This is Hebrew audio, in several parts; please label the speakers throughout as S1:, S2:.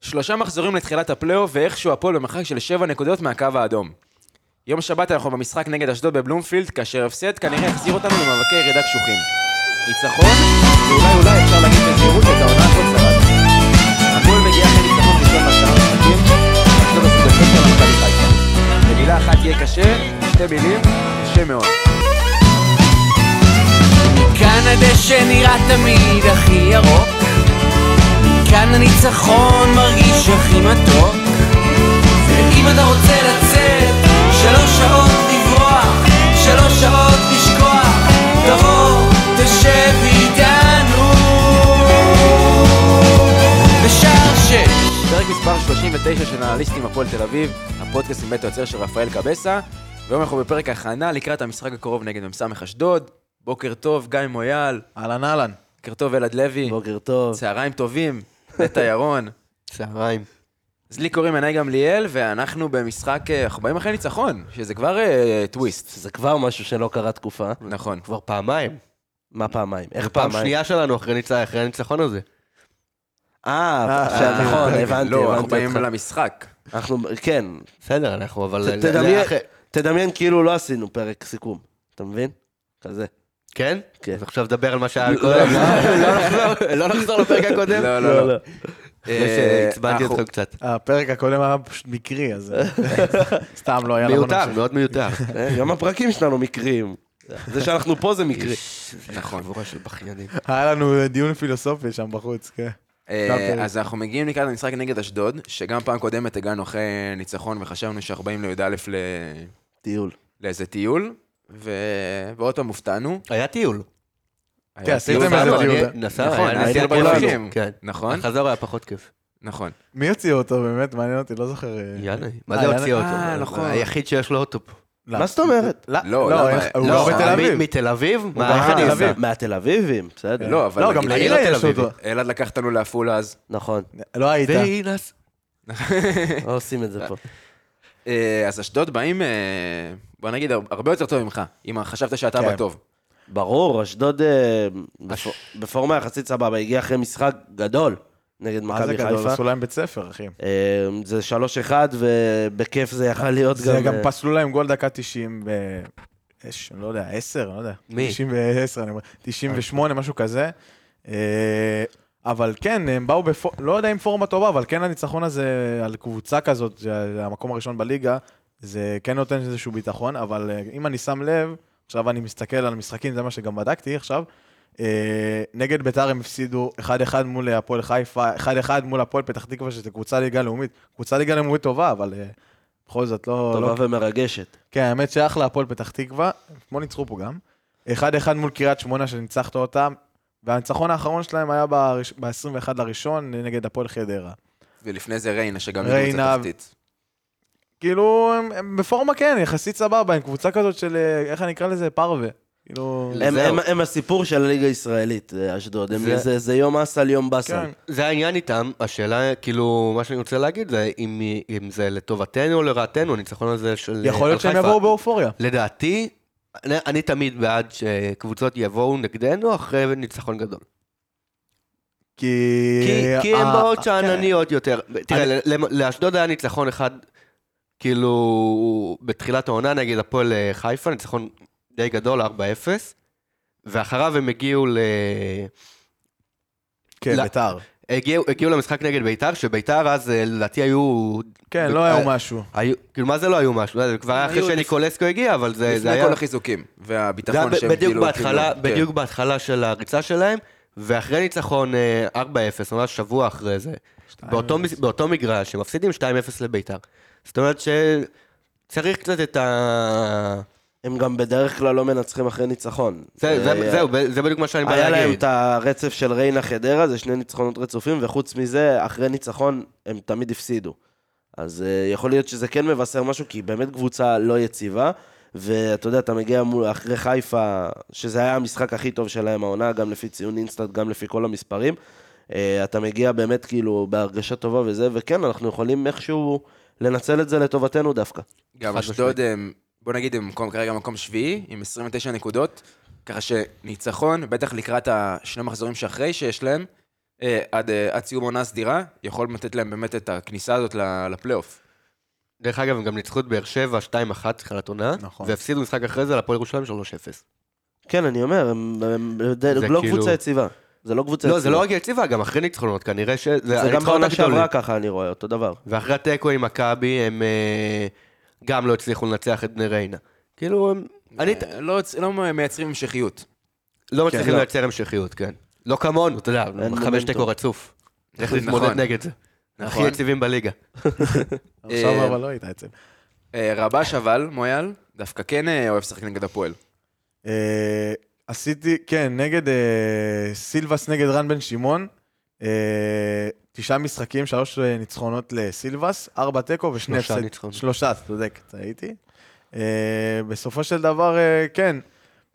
S1: שלושה מחזורים לתחילת הפלייאוף, ואיכשהו הפועל במרחק של שבע נקודות מהקו האדום. יום שבת אנחנו במשחק נגד אשדוד בבלומפילד, כאשר הפסד כנראה החזיר אותנו למאבקי ירידה קשוחים. ניצחון, ואולי אולי אפשר להגיד בזהירות את העונה הזאת שרד. הפועל מגיעה אחרי ניצחון ראשון בעשרה משחקים, אשדוד עשו דקות של המכבי חיפה. במילה אחת יהיה קשה, שתי מילים, קשה מאוד.
S2: כאן הדשא נראה תמיד הכי ירוק, כאן הניצחון מרגיש הכי מתוק. ואם אתה רוצה לצאת, שלוש שעות לברוח, שלוש שעות לשכוח, תבוא, תשב איתנו. בשער שש.
S1: פרק מספר 39 של אנליסטים הפועל תל אביב, הפודקאסט עם בית היוצר של רפאל קבסה, והיום אנחנו בפרק הכנה לקראת המשחק הקרוב נגד מ"ס אשדוד. בוקר טוב, גיא מויאל,
S3: אהלן אהלן.
S1: בוקר טוב, אלעד לוי,
S3: בוקר טוב.
S1: צהריים טובים, נטע ירון.
S3: צהריים.
S1: אז לי קוראים עיני גמליאל, ואנחנו במשחק, אה, אנחנו באים אחרי ניצחון, שזה כבר אה, טוויסט.
S4: זה כבר משהו שלא קרה תקופה.
S1: נכון.
S4: כבר פעמיים.
S3: מה פעמיים?
S4: איך
S3: איך
S4: פעם
S3: פעמיים?
S4: שנייה שלנו אחרי ניצ- אחרי הניצחון הזה.
S3: אה, עכשיו,
S4: אה,
S3: נכון,
S4: אוקיי.
S3: הבנתי,
S1: לא, אנחנו
S3: הבנתי
S1: באים
S3: אותך.
S1: למשחק.
S3: אנחנו, כן.
S4: בסדר, אנחנו אבל...
S3: ת-
S4: זה- זה
S3: תדמיין-
S4: אחרי-
S3: תדמיין כאילו לא עשינו פרק סיכום. אתה מבין? כזה.
S4: כן?
S3: כן.
S4: אז עכשיו דבר על מה שהיה קודם. לא נחזור- לא נחזור לפרק הקודם?
S1: לא, לא, לא.
S4: אחרי
S1: אה,
S4: שעצבנתי
S1: אנחנו-
S4: אותך קצת.
S5: הפרק הקודם היה פשוט מקרי, אז אה, סתם לא היה
S4: מיותר, מאוד מיותר.
S3: אה, גם הפרקים שלנו מקריים. זה שאנחנו פה זה מקרי.
S1: נכון.
S4: חבורה של בכיינים.
S5: היה לנו דיון פילוסופי שם בחוץ, כן.
S1: אה,
S5: גם
S1: אז אנחנו מגיעים לקראת המשחק נגד אשדוד, שגם פעם קודמת הגענו אחרי ניצחון וחשבנו ש-40 לי"א ל-
S3: טיול.
S1: לאיזה טיול, ו... ועוד פעם הופתענו.
S4: היה טיול. כן,
S1: היה
S5: עשיתם
S1: טיול
S5: איזה
S1: שלנו,
S5: טיול.
S1: אני-
S4: נסע,
S1: נכון,
S4: היה
S1: היינו
S4: נסיעה
S1: בדרכים.
S4: כיפית. כן.
S1: נכון,
S4: החזור היה פחות כיף.
S1: נכון.
S5: מי הוציא אותו באמת? מעניין אותי, לא זוכר. אה.
S4: יאללה. מה
S5: אה,
S4: זה
S5: יאללה.
S4: הוציא אותו?
S1: אה, נכון.
S4: היחיד שיש לו אוטו. פה.
S5: לא.
S3: מה זאת אומרת?
S5: לא,
S1: לא,
S5: לא,
S1: למה?
S5: איך- הוא
S1: לא,
S5: גר בתל
S4: מ-
S5: אביב.
S4: מתל אביב?
S5: גר
S4: מה, איך
S5: בתל
S4: אני אסע?
S5: אביב.
S3: מהתל אביבים, בסדר.
S1: לא, אבל...
S5: לא, גם
S1: להגיד-
S5: לעילה
S4: תל
S5: יש
S4: אביב.
S5: אותו.
S1: אלעד לקח אותנו לעפולה אז.
S3: נכון.
S5: לא היית.
S4: ואינס.
S3: לא עושים את זה פה.
S1: אה, אז אשדוד באים, אה, בוא נגיד, הר- הרבה יותר טוב ממך, אם חשבת שאתה
S5: כן.
S1: בטוב.
S3: ברור, אשדוד אה, בפ- בפורמה יחסית סבבה, הגיע אחרי משחק גדול נגד
S5: מה זה
S3: מכבי
S5: גדול?
S3: חיפה.
S5: עשו להם בית ספר, אחי.
S3: אה, זה 3-1, ובכיף זה יכל להיות גם...
S5: זה גם
S3: אה,
S5: פסלו להם גול דקה 90 ב... יש, אני לא יודע, 10, אני לא יודע.
S4: מי?
S5: 90 ו-10, אני אומר, 98, משהו כזה. אה, אבל כן, הם באו בפור... לא יודע אם פורמה טובה, אבל כן הניצחון הזה על קבוצה כזאת, זה המקום הראשון בליגה, זה כן נותן איזשהו ביטחון, אבל אה, אם אני שם לב, עכשיו אני מסתכל על משחקים, זה מה שגם בדקתי עכשיו, אה, נגד ביתר הם הפסידו 1-1 מול הפועל חיפה, 1-1 מול הפועל פתח תקווה, שזה קבוצה ליגה לאומית. קבוצה ליגה לאומית טובה, אבל אה, בכל זאת לא... לא
S3: טובה ומרגשת.
S5: כן, האמת שאחלה הפועל פתח תקווה, אתמול ניצחו פה גם. 1-1 מול קריית שמונה שניצחת אותם, והניצחון האחרון שלהם היה ב-21 לראשון נגד הפועל חדרה.
S1: ולפני זה ריינה, שגם היא
S5: ריינה.
S1: קבוצה תחתית.
S5: כאילו, הם, הם בפורמה כן, יחסית סבבה, הם קבוצה כזאת של, אה, איך אני אקרא לזה, פרווה. כאילו...
S3: הם-
S4: זהו.
S3: הם- הם הסיפור של הליגה הישראלית, אה, אשדוד. הם-
S4: זה-
S3: זה- זה יום אסל, יום באסל.
S5: כן.
S4: זה העניין איתם, השאלה, כאילו, מה שאני רוצה להגיד זה אם, אם זה לטובתנו או לרעתנו, הניצחון הזה של...
S5: יכול להיות
S4: על
S5: שהם
S4: חיפה.
S5: יבואו באופוריה.
S4: לדעתי, אני, אני תמיד בעד שקבוצות יבואו נגדנו אחרי ניצחון גדול.
S5: כי...
S4: כי, כי הן
S5: אה,
S4: באות
S5: אה,
S4: שאנניות יותר. תראה,
S5: אני-
S4: למ- לאשדוד היה ניצחון אחד, כאילו, בתחילת העונה נגד הפועל אה, חיפה, ניצחון די גדול, 4-0, ואחריו הם הגיעו ל...
S5: כן,
S4: לא.
S5: כן, ביתר.
S4: הגיעו, הגיעו למשחק נגד ביתר, שביתר אז אה, לדעתי היו...
S5: כן,
S4: ב-
S5: לא היה משהו.
S4: היו, כאילו, מה זה לא היו משהו? זה כבר היה אחרי
S1: היו לפ-
S4: שניקולסקו הגיע, אבל אה, זה, זה
S1: לפני
S4: היה...
S1: כל החיזוקים,
S4: זה היה
S1: והביטחון
S3: נכון
S4: ב-
S1: שהם
S4: בדיוק
S1: כאילו...
S4: בהתחלה,
S1: כאילו, כן.
S4: בדיוק בהתחלה של הריצה שלהם, ואחרי ניצחון אה, 4-0, ממש שבוע אחרי זה, באותו, מס- באותו מגרש, הם מפסידים 2-0 לביתר. זאת אומרת שצריך קצת את ה...
S3: הם גם בדרך כלל לא מנצחים אחרי ניצחון.
S4: זה, זה,
S3: אה,
S4: זהו, ב- זה בדיוק מה שאני בא
S3: היה להם
S4: להגיד.
S3: את הרצף של ריינה חדרה, זה שני ניצחונות רצופים, וחוץ מזה, אחרי ניצחון הם תמיד הפסידו. אז אה, יכול להיות שזה כן מבשר משהו, כי היא באמת קבוצה לא יציבה, ואתה יודע, אתה מגיע מול, אחרי חיפה, שזה היה המשחק הכי טוב שלהם העונה, גם לפי ציון אינסטנט, גם לפי כל המספרים. אה, אתה מגיע באמת כאילו בהרגשה טובה וזה, וכן, אנחנו יכולים איכשהו לנצל את זה לטובתנו דווקא.
S1: גם
S4: חד
S1: אשדוד, הם- בוא נגיד, הם מקום- כרגע מקום שביעי, עם 29 נקודות, ככה שניצחון, בטח לקראת השני מחזורים שאחרי שיש להם, אה, עד, אה, עד סיום עונה סדירה, יכול לתת להם באמת את הכניסה הזאת ל- לפלייאוף.
S4: דרך אגב, הם גם ניצחו את באר שבע 2-1 תחילת עונה,
S5: נכון.
S4: והפסידו משחק אחרי זה להפועל ירושלים 3-0.
S3: כן, אני אומר, הם, הם,
S4: זה
S3: הם לא
S4: כאילו-
S3: קבוצה יציבה. זה לא קבוצה
S4: לא,
S3: יציבה.
S4: זה לא רק יציבה, גם אחרי ניצחונות, כנראה ש...
S3: זה גם
S4: הניצחונות
S3: בעונה
S4: הגדולים.
S3: שעברה ככה, אני רואה, אותו דבר.
S4: ואחרי התיקו עם מכבי, הם אה, גם לא הצליחו לנצח את בני ריינה. כאילו, הם... אני
S1: אה, לא, יוצ- לא מייצרים המשכיות.
S4: לא מצליחים
S3: לא.
S4: לייצר המשכיות, כן. לא כמונו, אתה יודע, חמש
S3: מומנטום.
S4: תיקו רצוף. איך
S1: נכון.
S4: להתמודד נגד זה. הכי
S1: נכון.
S4: יציבים בליגה.
S5: עכשיו
S1: אה,
S5: אבל לא היית עצב.
S1: אה, רבש אבל, מויאל, דווקא כן אה, אוהב לשחק נגד הפועל.
S5: אה, עשיתי, כן, נגד אה, סילבס נגד רן בן שמעון. אה, תשעה משחקים, שלוש אה, ניצחונות לסילבס, ארבע תיקו ושני
S4: שלושה
S5: הפסד-
S4: ניצחונות.
S5: שלושה, צודק, טעיתי. אה, בסופו של דבר, אה, כן,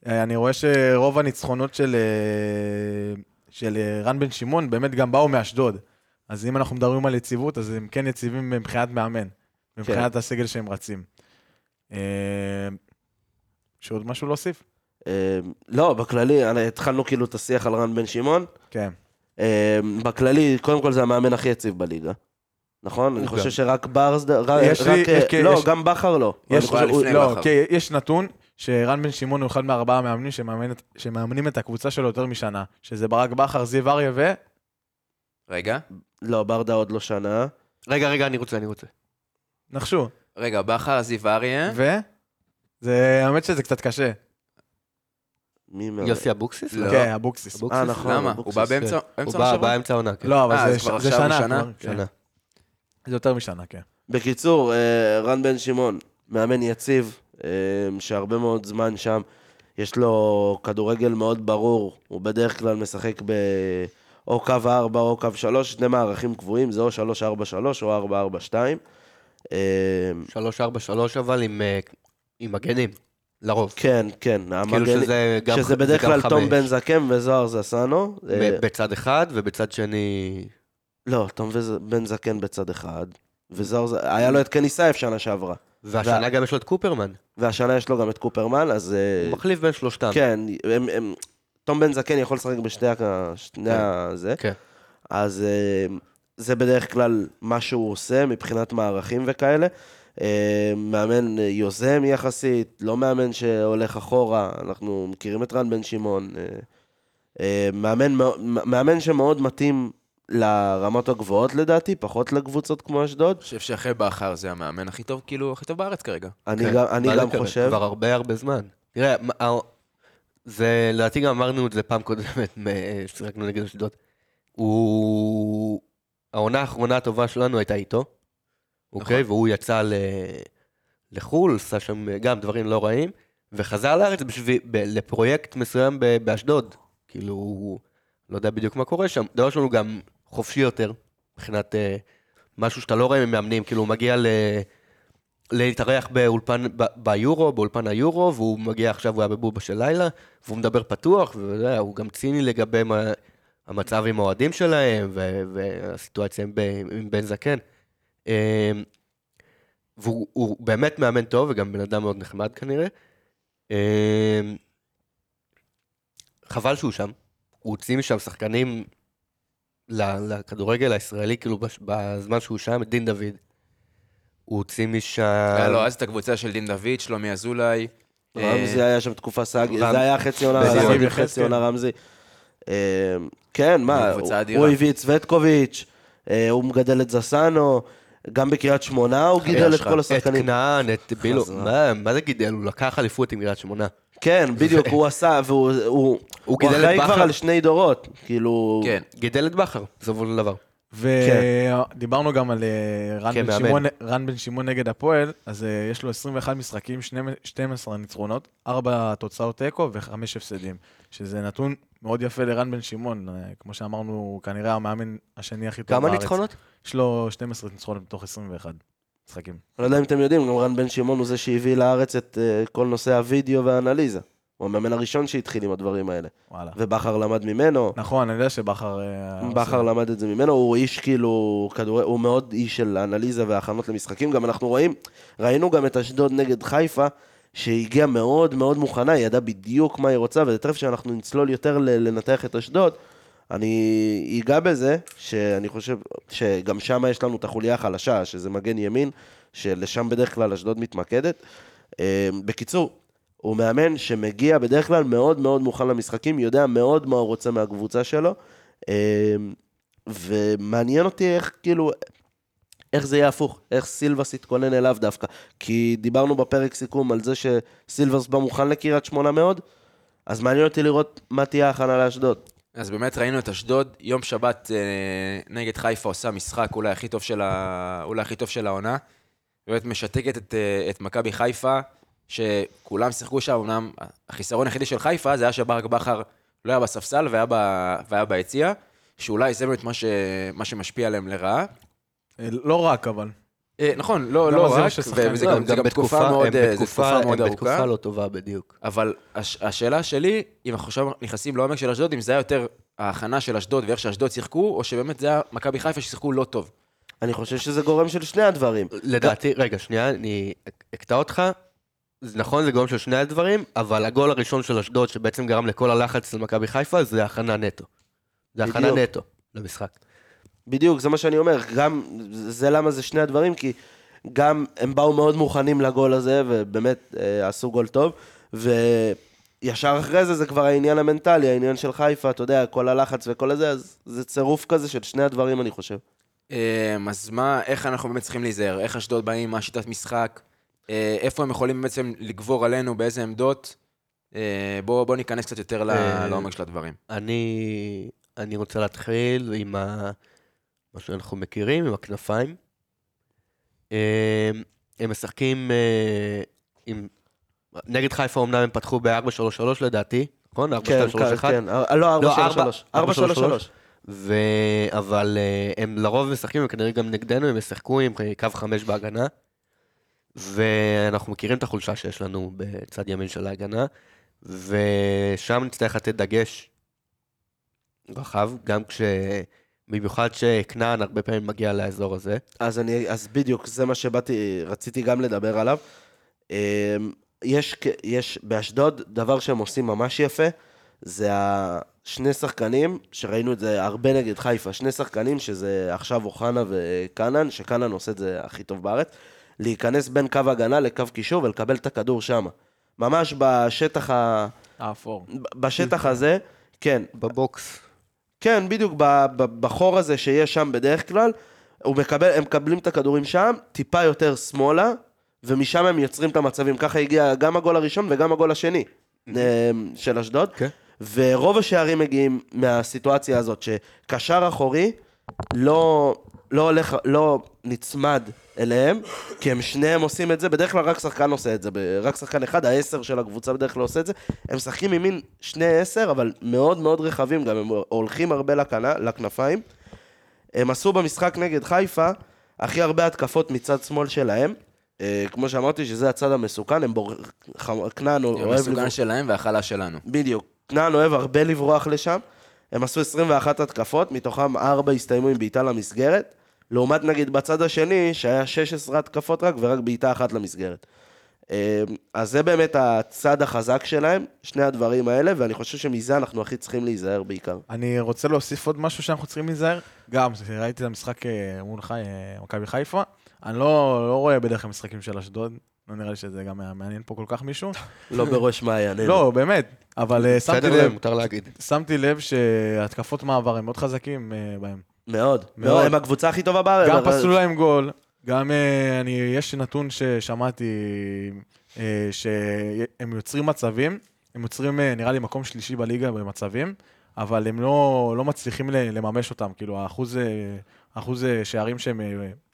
S5: אה, אני רואה שרוב הניצחונות של, אה, של אה, רן בן שמעון באמת גם באו מאשדוד. אז אם אנחנו מדברים על יציבות, אז הם כן יציבים מבחינת מאמן, מבחינת
S4: כן.
S5: הסגל שהם רצים. אה, יש עוד משהו להוסיף?
S3: אה, לא, בכללי, אני- התחלנו כאילו את השיח על רן בן שמעון.
S5: כן.
S3: אה, בכללי, קודם כל זה המאמן הכי יציב בליגה. נכון? אני
S4: גם.
S3: חושב שרק ברסדה, רק...
S5: יש לי-
S3: רק, אה,
S5: יש-
S3: לא,
S5: יש-
S3: גם בכר לא.
S5: יש,
S1: הוא היה
S5: הוא-
S1: לפני
S5: לא,
S1: בכר.
S5: כי יש נתון שרן בן שמעון הוא אחד מארבעה מאמנים שמאמן את- שמאמנים את הקבוצה שלו יותר משנה, שזה ברק בכר, זיו אריה ו...
S1: רגע,
S3: לא, ברדה עוד לא שנה.
S4: רגע, רגע, אני רוצה, אני רוצה.
S5: נחשו.
S1: רגע, בכר, זיו אריה,
S5: ו? זה, האמת שזה קצת קשה.
S3: מי מה?
S4: יוסי אבוקסיס?
S1: לא.
S5: כן, אבוקסיס.
S4: אבוקסיס?
S3: אה, נכון.
S1: למה? הוא
S3: אבוקסיס,
S1: בא
S4: כן.
S1: באמצע
S4: הוא
S1: אמצע
S4: בא
S1: השבוע?
S4: באמצע העונה, כן.
S5: לא, אבל
S1: אה,
S5: זה
S1: אז
S5: ש-
S1: כבר
S5: זה
S1: עכשיו הוא
S5: שנה.
S1: שנה?
S5: כבר, כן.
S4: שנה.
S5: זה יותר משנה, כן.
S3: בקיצור, אה, רן בן שמעון, מאמן יציב, אה, שהרבה מאוד זמן שם, יש לו כדורגל מאוד ברור, הוא בדרך כלל משחק ב... או קו 4 או קו 3, שני מערכים קבועים, זה או 3-4-3 או 4-4-2. אה,
S4: 3-4-3 אבל עם, אה, עם מגנים, לרוב.
S3: כן, כן,
S4: כאילו
S3: המגן...
S4: שזה גם
S3: שזה
S4: ח-
S3: בדרך
S4: גם
S3: כלל תום
S4: חמש.
S3: בן זקן וזוהר זסנו. אה,
S4: ב- בצד אחד, ובצד שני...
S3: לא, תום וז- בן זקן בצד אחד, וזוהר ז... היה לו את קני סייף שנה שעברה,
S4: והשנה גם יש לו את קופרמן.
S3: והשנה יש לו גם את קופרמן, אז... אה,
S4: הוא מחליף בין שלושתם.
S3: כן, הם, הם, תום בן זקן יכול לשחק בשני ה... שני ה... זה.
S4: כן.
S3: אז אה, זה בדרך כלל מה שהוא עושה מבחינת מערכים וכאלה. אה, מאמן אה, יוזם יחסית, לא מאמן שהולך אחורה, אנחנו מכירים את רן בן שמעון. אה, אה, מאמן, מאו- מאמן שמאוד מתאים לרמות הגבוהות לדעתי, פחות לקבוצות כמו אשדוד.
S1: אני חושב שאחרי בכר זה המאמן הכי טוב, כאילו, הכי טוב בארץ כרגע.
S3: אני
S4: כן,
S3: גם, אני
S4: מה
S3: גם
S4: לקבל?
S3: חושב,
S4: כבר הרבה הרבה זמן. תראה, מה- ה- זה, לדעתי גם אמרנו את זה פעם קודמת, מ- ששיחקנו נגד אשדוד. הוא... העונה האחרונה הטובה שלנו הייתה איתו, אוקיי?
S3: נכון.
S4: והוא יצא ל... לחו"ל, עשה שם גם דברים לא רעים, וחזר לארץ בשביל... ב... לפרויקט מסוים ב... באשדוד. כאילו, הוא לא יודע בדיוק מה קורה שם. דבר ראשון, הוא גם חופשי יותר, מבחינת אה, משהו שאתה לא רואה ממאמנים, כאילו, הוא מגיע ל... להתארח באולפן, ב- ביורו, באולפן היורו, והוא מגיע עכשיו, הוא היה בבובה של לילה, והוא מדבר פתוח, והוא גם ציני לגבי מה, המצב עם האוהדים שלהם, ו- והסיטואציה עם, ב- עם בן זקן. אמ, והוא הוא באמת מאמן טוב, וגם בן אדם מאוד נחמד כנראה. אמ, חבל שהוא שם. הוא הוציא משם שחקנים ל- לכדורגל הישראלי, כאילו, בש- בזמן שהוא שם, את דין דוד. הוא הוציא משם...
S1: היה לו אה, לא, אז את הקבוצה של דין דוד, שלומי אזולאי. אה,
S3: רמזי היה שם תקופה סאגי,
S4: רם-
S3: זה היה חצי עונה
S5: בזיו
S3: רמזי,
S5: יחזקאל.
S3: חצי עונה רמזי. אה, כן, מה,
S1: קבוצה
S3: הוא-
S1: אדירה.
S3: הוא הביא את סווטקוביץ', אה, הוא מגדל את זסנו, גם בקריית שמונה הוא גידל את
S4: אשכרה.
S3: כל השחקנים.
S4: את כנען, את בילו,
S3: חזרה.
S4: מה- מה זה גידל? הוא לקח אליפות עם קריית שמונה.
S3: כן, בדיוק, הוא עשה, והוא הוא- הוא
S4: גידל את
S3: אחראי
S4: בכר.
S3: כבר על שני דורות, כאילו...
S1: כן. לא,
S4: גידל את בכר, בסופו של דבר.
S5: ודיברנו גם על אה, רן
S4: כן,
S5: בן
S4: מאמן.
S5: שמעון- רן בן שמעון נגד הפועל, אז אה, יש לו 21 משחקים, שני- 12 ניצחונות, 4 תוצאות תיקו ו-5 הפסדים, שזה נתון מאוד יפה לרן בן שמעון, אה, כמו שאמרנו, הוא כנראה המאמן השני הכי טוב
S4: כמה
S5: בארץ.
S4: ניצחונות?
S5: יש לו 12 ניצחונות מתוך 21 משחקים.
S3: אני לא יודע אם אתם יודעים, גם רן בן שמעון הוא זה שהביא לארץ את אה, כל נושא הוידאו והאנליזה. הוא המאמן הראשון שהתחיל עם הדברים האלה.
S5: וואלה.
S3: ובכר למד ממנו.
S5: נכון, אני יודע שבכר... אה,
S3: בכר
S5: עושה-
S3: למד את זה ממנו, הוא איש כאילו, כדורי, הוא מאוד איש של אנליזה והכנות למשחקים, גם אנחנו רואים, ראינו גם את אשדוד נגד חיפה, שהגיעה מאוד מאוד מוכנה, היא ידעה בדיוק מה היא רוצה, ותכף שאנחנו נצלול יותר ל- לנתח את אשדוד, אני אגע בזה, שאני חושב שגם שם יש לנו את החוליה החלשה, שזה מגן ימין, שלשם בדרך כלל אשדוד מתמקדת. אה, בקיצור, הוא מאמן שמגיע בדרך כלל מאוד מאוד מוכן למשחקים, יודע מאוד מה הוא רוצה מהקבוצה שלו, אה, ומעניין אותי איך, כאילו, איך זה יהיה הפוך, איך סילבס יתכונן אליו דווקא. כי דיברנו בפרק סיכום על זה שסילבס בא מוכן לקריית שמונה מאוד, אז מעניין אותי לראות מה תהיה ההכנה לאשדוד.
S1: אז באמת ראינו את אשדוד, יום שבת אה, נגד חיפה עושה משחק אולי הכי טוב של, ה... אולי הכי טוב של העונה. באמת משתקת את, אה, את מכבי חיפה, שכולם שיחקו שם, אמנם החיסרון היחידי של חיפה זה היה שברק בכר לא היה בספסל והיה, ב... והיה ביציע, שאולי זה באמת מה, ש... מה שמשפיע עליהם לרעה.
S5: אה, לא רק, אבל.
S1: אה, נכון, לא,
S5: גם
S1: לא
S5: הזיהוי
S1: רק,
S5: של שחקן.
S1: וזה גם, זה גם תקופה מאוד, אה, זה תקופה מאוד
S4: הם
S1: ארוכה.
S4: בתקופה לא טובה בדיוק.
S1: אבל הש, השאלה שלי, אם אנחנו עכשיו נכנסים לעומק של אשדוד, אם זה היה יותר ההכנה של אשדוד ואיך שאשדוד שיחקו, או שבאמת זה היה מכבי חיפה ששיחקו לא טוב.
S3: אני חושב שזה גורם של שני הדברים.
S4: לדעתי, רגע, שנייה, אני אקטע אותך. זה נכון, זה גורם של שני הדברים, אבל הגול הראשון של אשדוד, שבעצם גרם לכל הלחץ של מכבי חיפה, זה הכנה נטו. זה הכנה
S3: בדיוק.
S4: נטו למשחק.
S3: בדיוק, זה מה שאני אומר. גם, זה למה זה שני הדברים, כי גם הם באו מאוד מוכנים לגול הזה, ובאמת אה, עשו גול טוב, וישר אחרי זה זה כבר העניין המנטלי, העניין של חיפה, אתה יודע, כל הלחץ וכל הזה, אז זה צירוף כזה של שני הדברים, אני חושב.
S1: אמ, אז מה, איך אנחנו באמת צריכים להיזהר? איך אשדוד באים, מה שיטת משחק? אה, איפה הם יכולים בעצם לגבור עלינו, באיזה עמדות? אה, בואו בוא ניכנס קצת יותר ל-
S4: אה,
S1: לעומק של הדברים.
S4: אני, אני רוצה להתחיל עם ה, מה שאנחנו מכירים, עם הכנפיים. אה, הם משחקים אה, עם... נגד חיפה אמנם הם פתחו ב-4-3-3 לדעתי, נכון? 4-2-3-1?
S3: כן, כן. אה, לא,
S4: לא,
S3: 433. 433.
S4: ו... אבל אה, הם לרוב משחקים, הם כנראה גם נגדנו, הם ישחקו עם קו חמש בהגנה. ואנחנו מכירים את החולשה שיש לנו בצד ימין של ההגנה, ושם נצטרך לתת דגש רחב, גם כש... במיוחד שכנען הרבה פעמים מגיע לאזור הזה.
S3: אז, אני, אז בדיוק, זה מה שבאתי, רציתי גם לדבר עליו. אמ, יש, כ- יש באשדוד דבר שהם עושים ממש יפה, זה השני שחקנים, שראינו את זה הרבה נגד חיפה, שני שחקנים, שזה עכשיו אוחנה וקאנן, שקאנן עושה את זה הכי טוב בארץ, להיכנס בין קו הגנה לקו קישור ולקבל את הכדור שם. ממש בשטח, ה,
S5: האפור.
S3: בשטח הזה, כן,
S4: בבוקס.
S3: כן, בדיוק, ב- ב- בחור הזה שיש שם בדרך כלל, הוא מקבל, הם מקבלים את הכדורים שם, טיפה יותר שמאלה, ומשם הם יוצרים את המצבים. ככה הגיע גם הגול הראשון וגם הגול השני אה, של אשדוד.
S4: כן.
S3: ורוב השערים מגיעים מהסיטואציה הזאת, שקשר אחורי לא, לא הולך, לא נצמד אליהם, כי הם שניהם עושים את זה, בדרך כלל רק שחקן עושה את זה, ב- רק שחקן אחד, העשר של הקבוצה בדרך כלל עושה את זה. הם משחקים עם מין שני עשר, אבל מאוד מאוד רחבים, גם הם הולכים הרבה לכנה, לכנפיים. הם עשו במשחק נגד חיפה הכי הרבה התקפות מצד שמאל שלהם. אה, כמו שאמרתי, שזה הצד המסוכן, הם בור... ח... כנען אוהב... לברוח-
S1: המסוגן שלהם והחלש שלנו.
S3: בדיוק. כנען אוהב הרבה לברוח לשם. הם עשו 21 התקפות, מתוכם 4 הסתיימו עם בעיטה למסגרת. לעומת נגיד בצד השני, שהיה 16 התקפות רק, ורק בעיטה אחת למסגרת. אה, אז זה באמת הצד החזק שלהם, שני הדברים האלה, ואני חושב שמזה אנחנו הכי צריכים להיזהר בעיקר.
S5: אני רוצה להוסיף עוד משהו שאנחנו צריכים להיזהר. גם, ראיתי את המשחק אה, מול חי- אה, מכבי חיפה. אני לא לא רואה בדרך כלל משחקים של אשדוד. לא נראה לי שזה גם היה מעניין פה כל כך מישהו.
S3: לא בראש מעייננו.
S5: לא, באמת. אבל אה, שמתי
S4: בסדר,
S5: לב,
S4: מותר להגיד.
S5: שמתי לב שהתקפות מעבר הם מאוד חזקים אה, בהם.
S3: מאוד.
S5: מאוד.
S3: מאוד. הם הקבוצה הכי טובה בארץ.
S5: גם
S3: אבל-
S5: פסלו להם גול, גם אה, אני, יש נתון ששמעתי, אה, שהם יוצרים מצבים, הם יוצרים אה, נראה לי מקום שלישי בליגה במצבים, אבל הם לא, לא מצליחים ל- לממש אותם, כאילו האחוז, אה, אחוז אה, שערים שהם אה,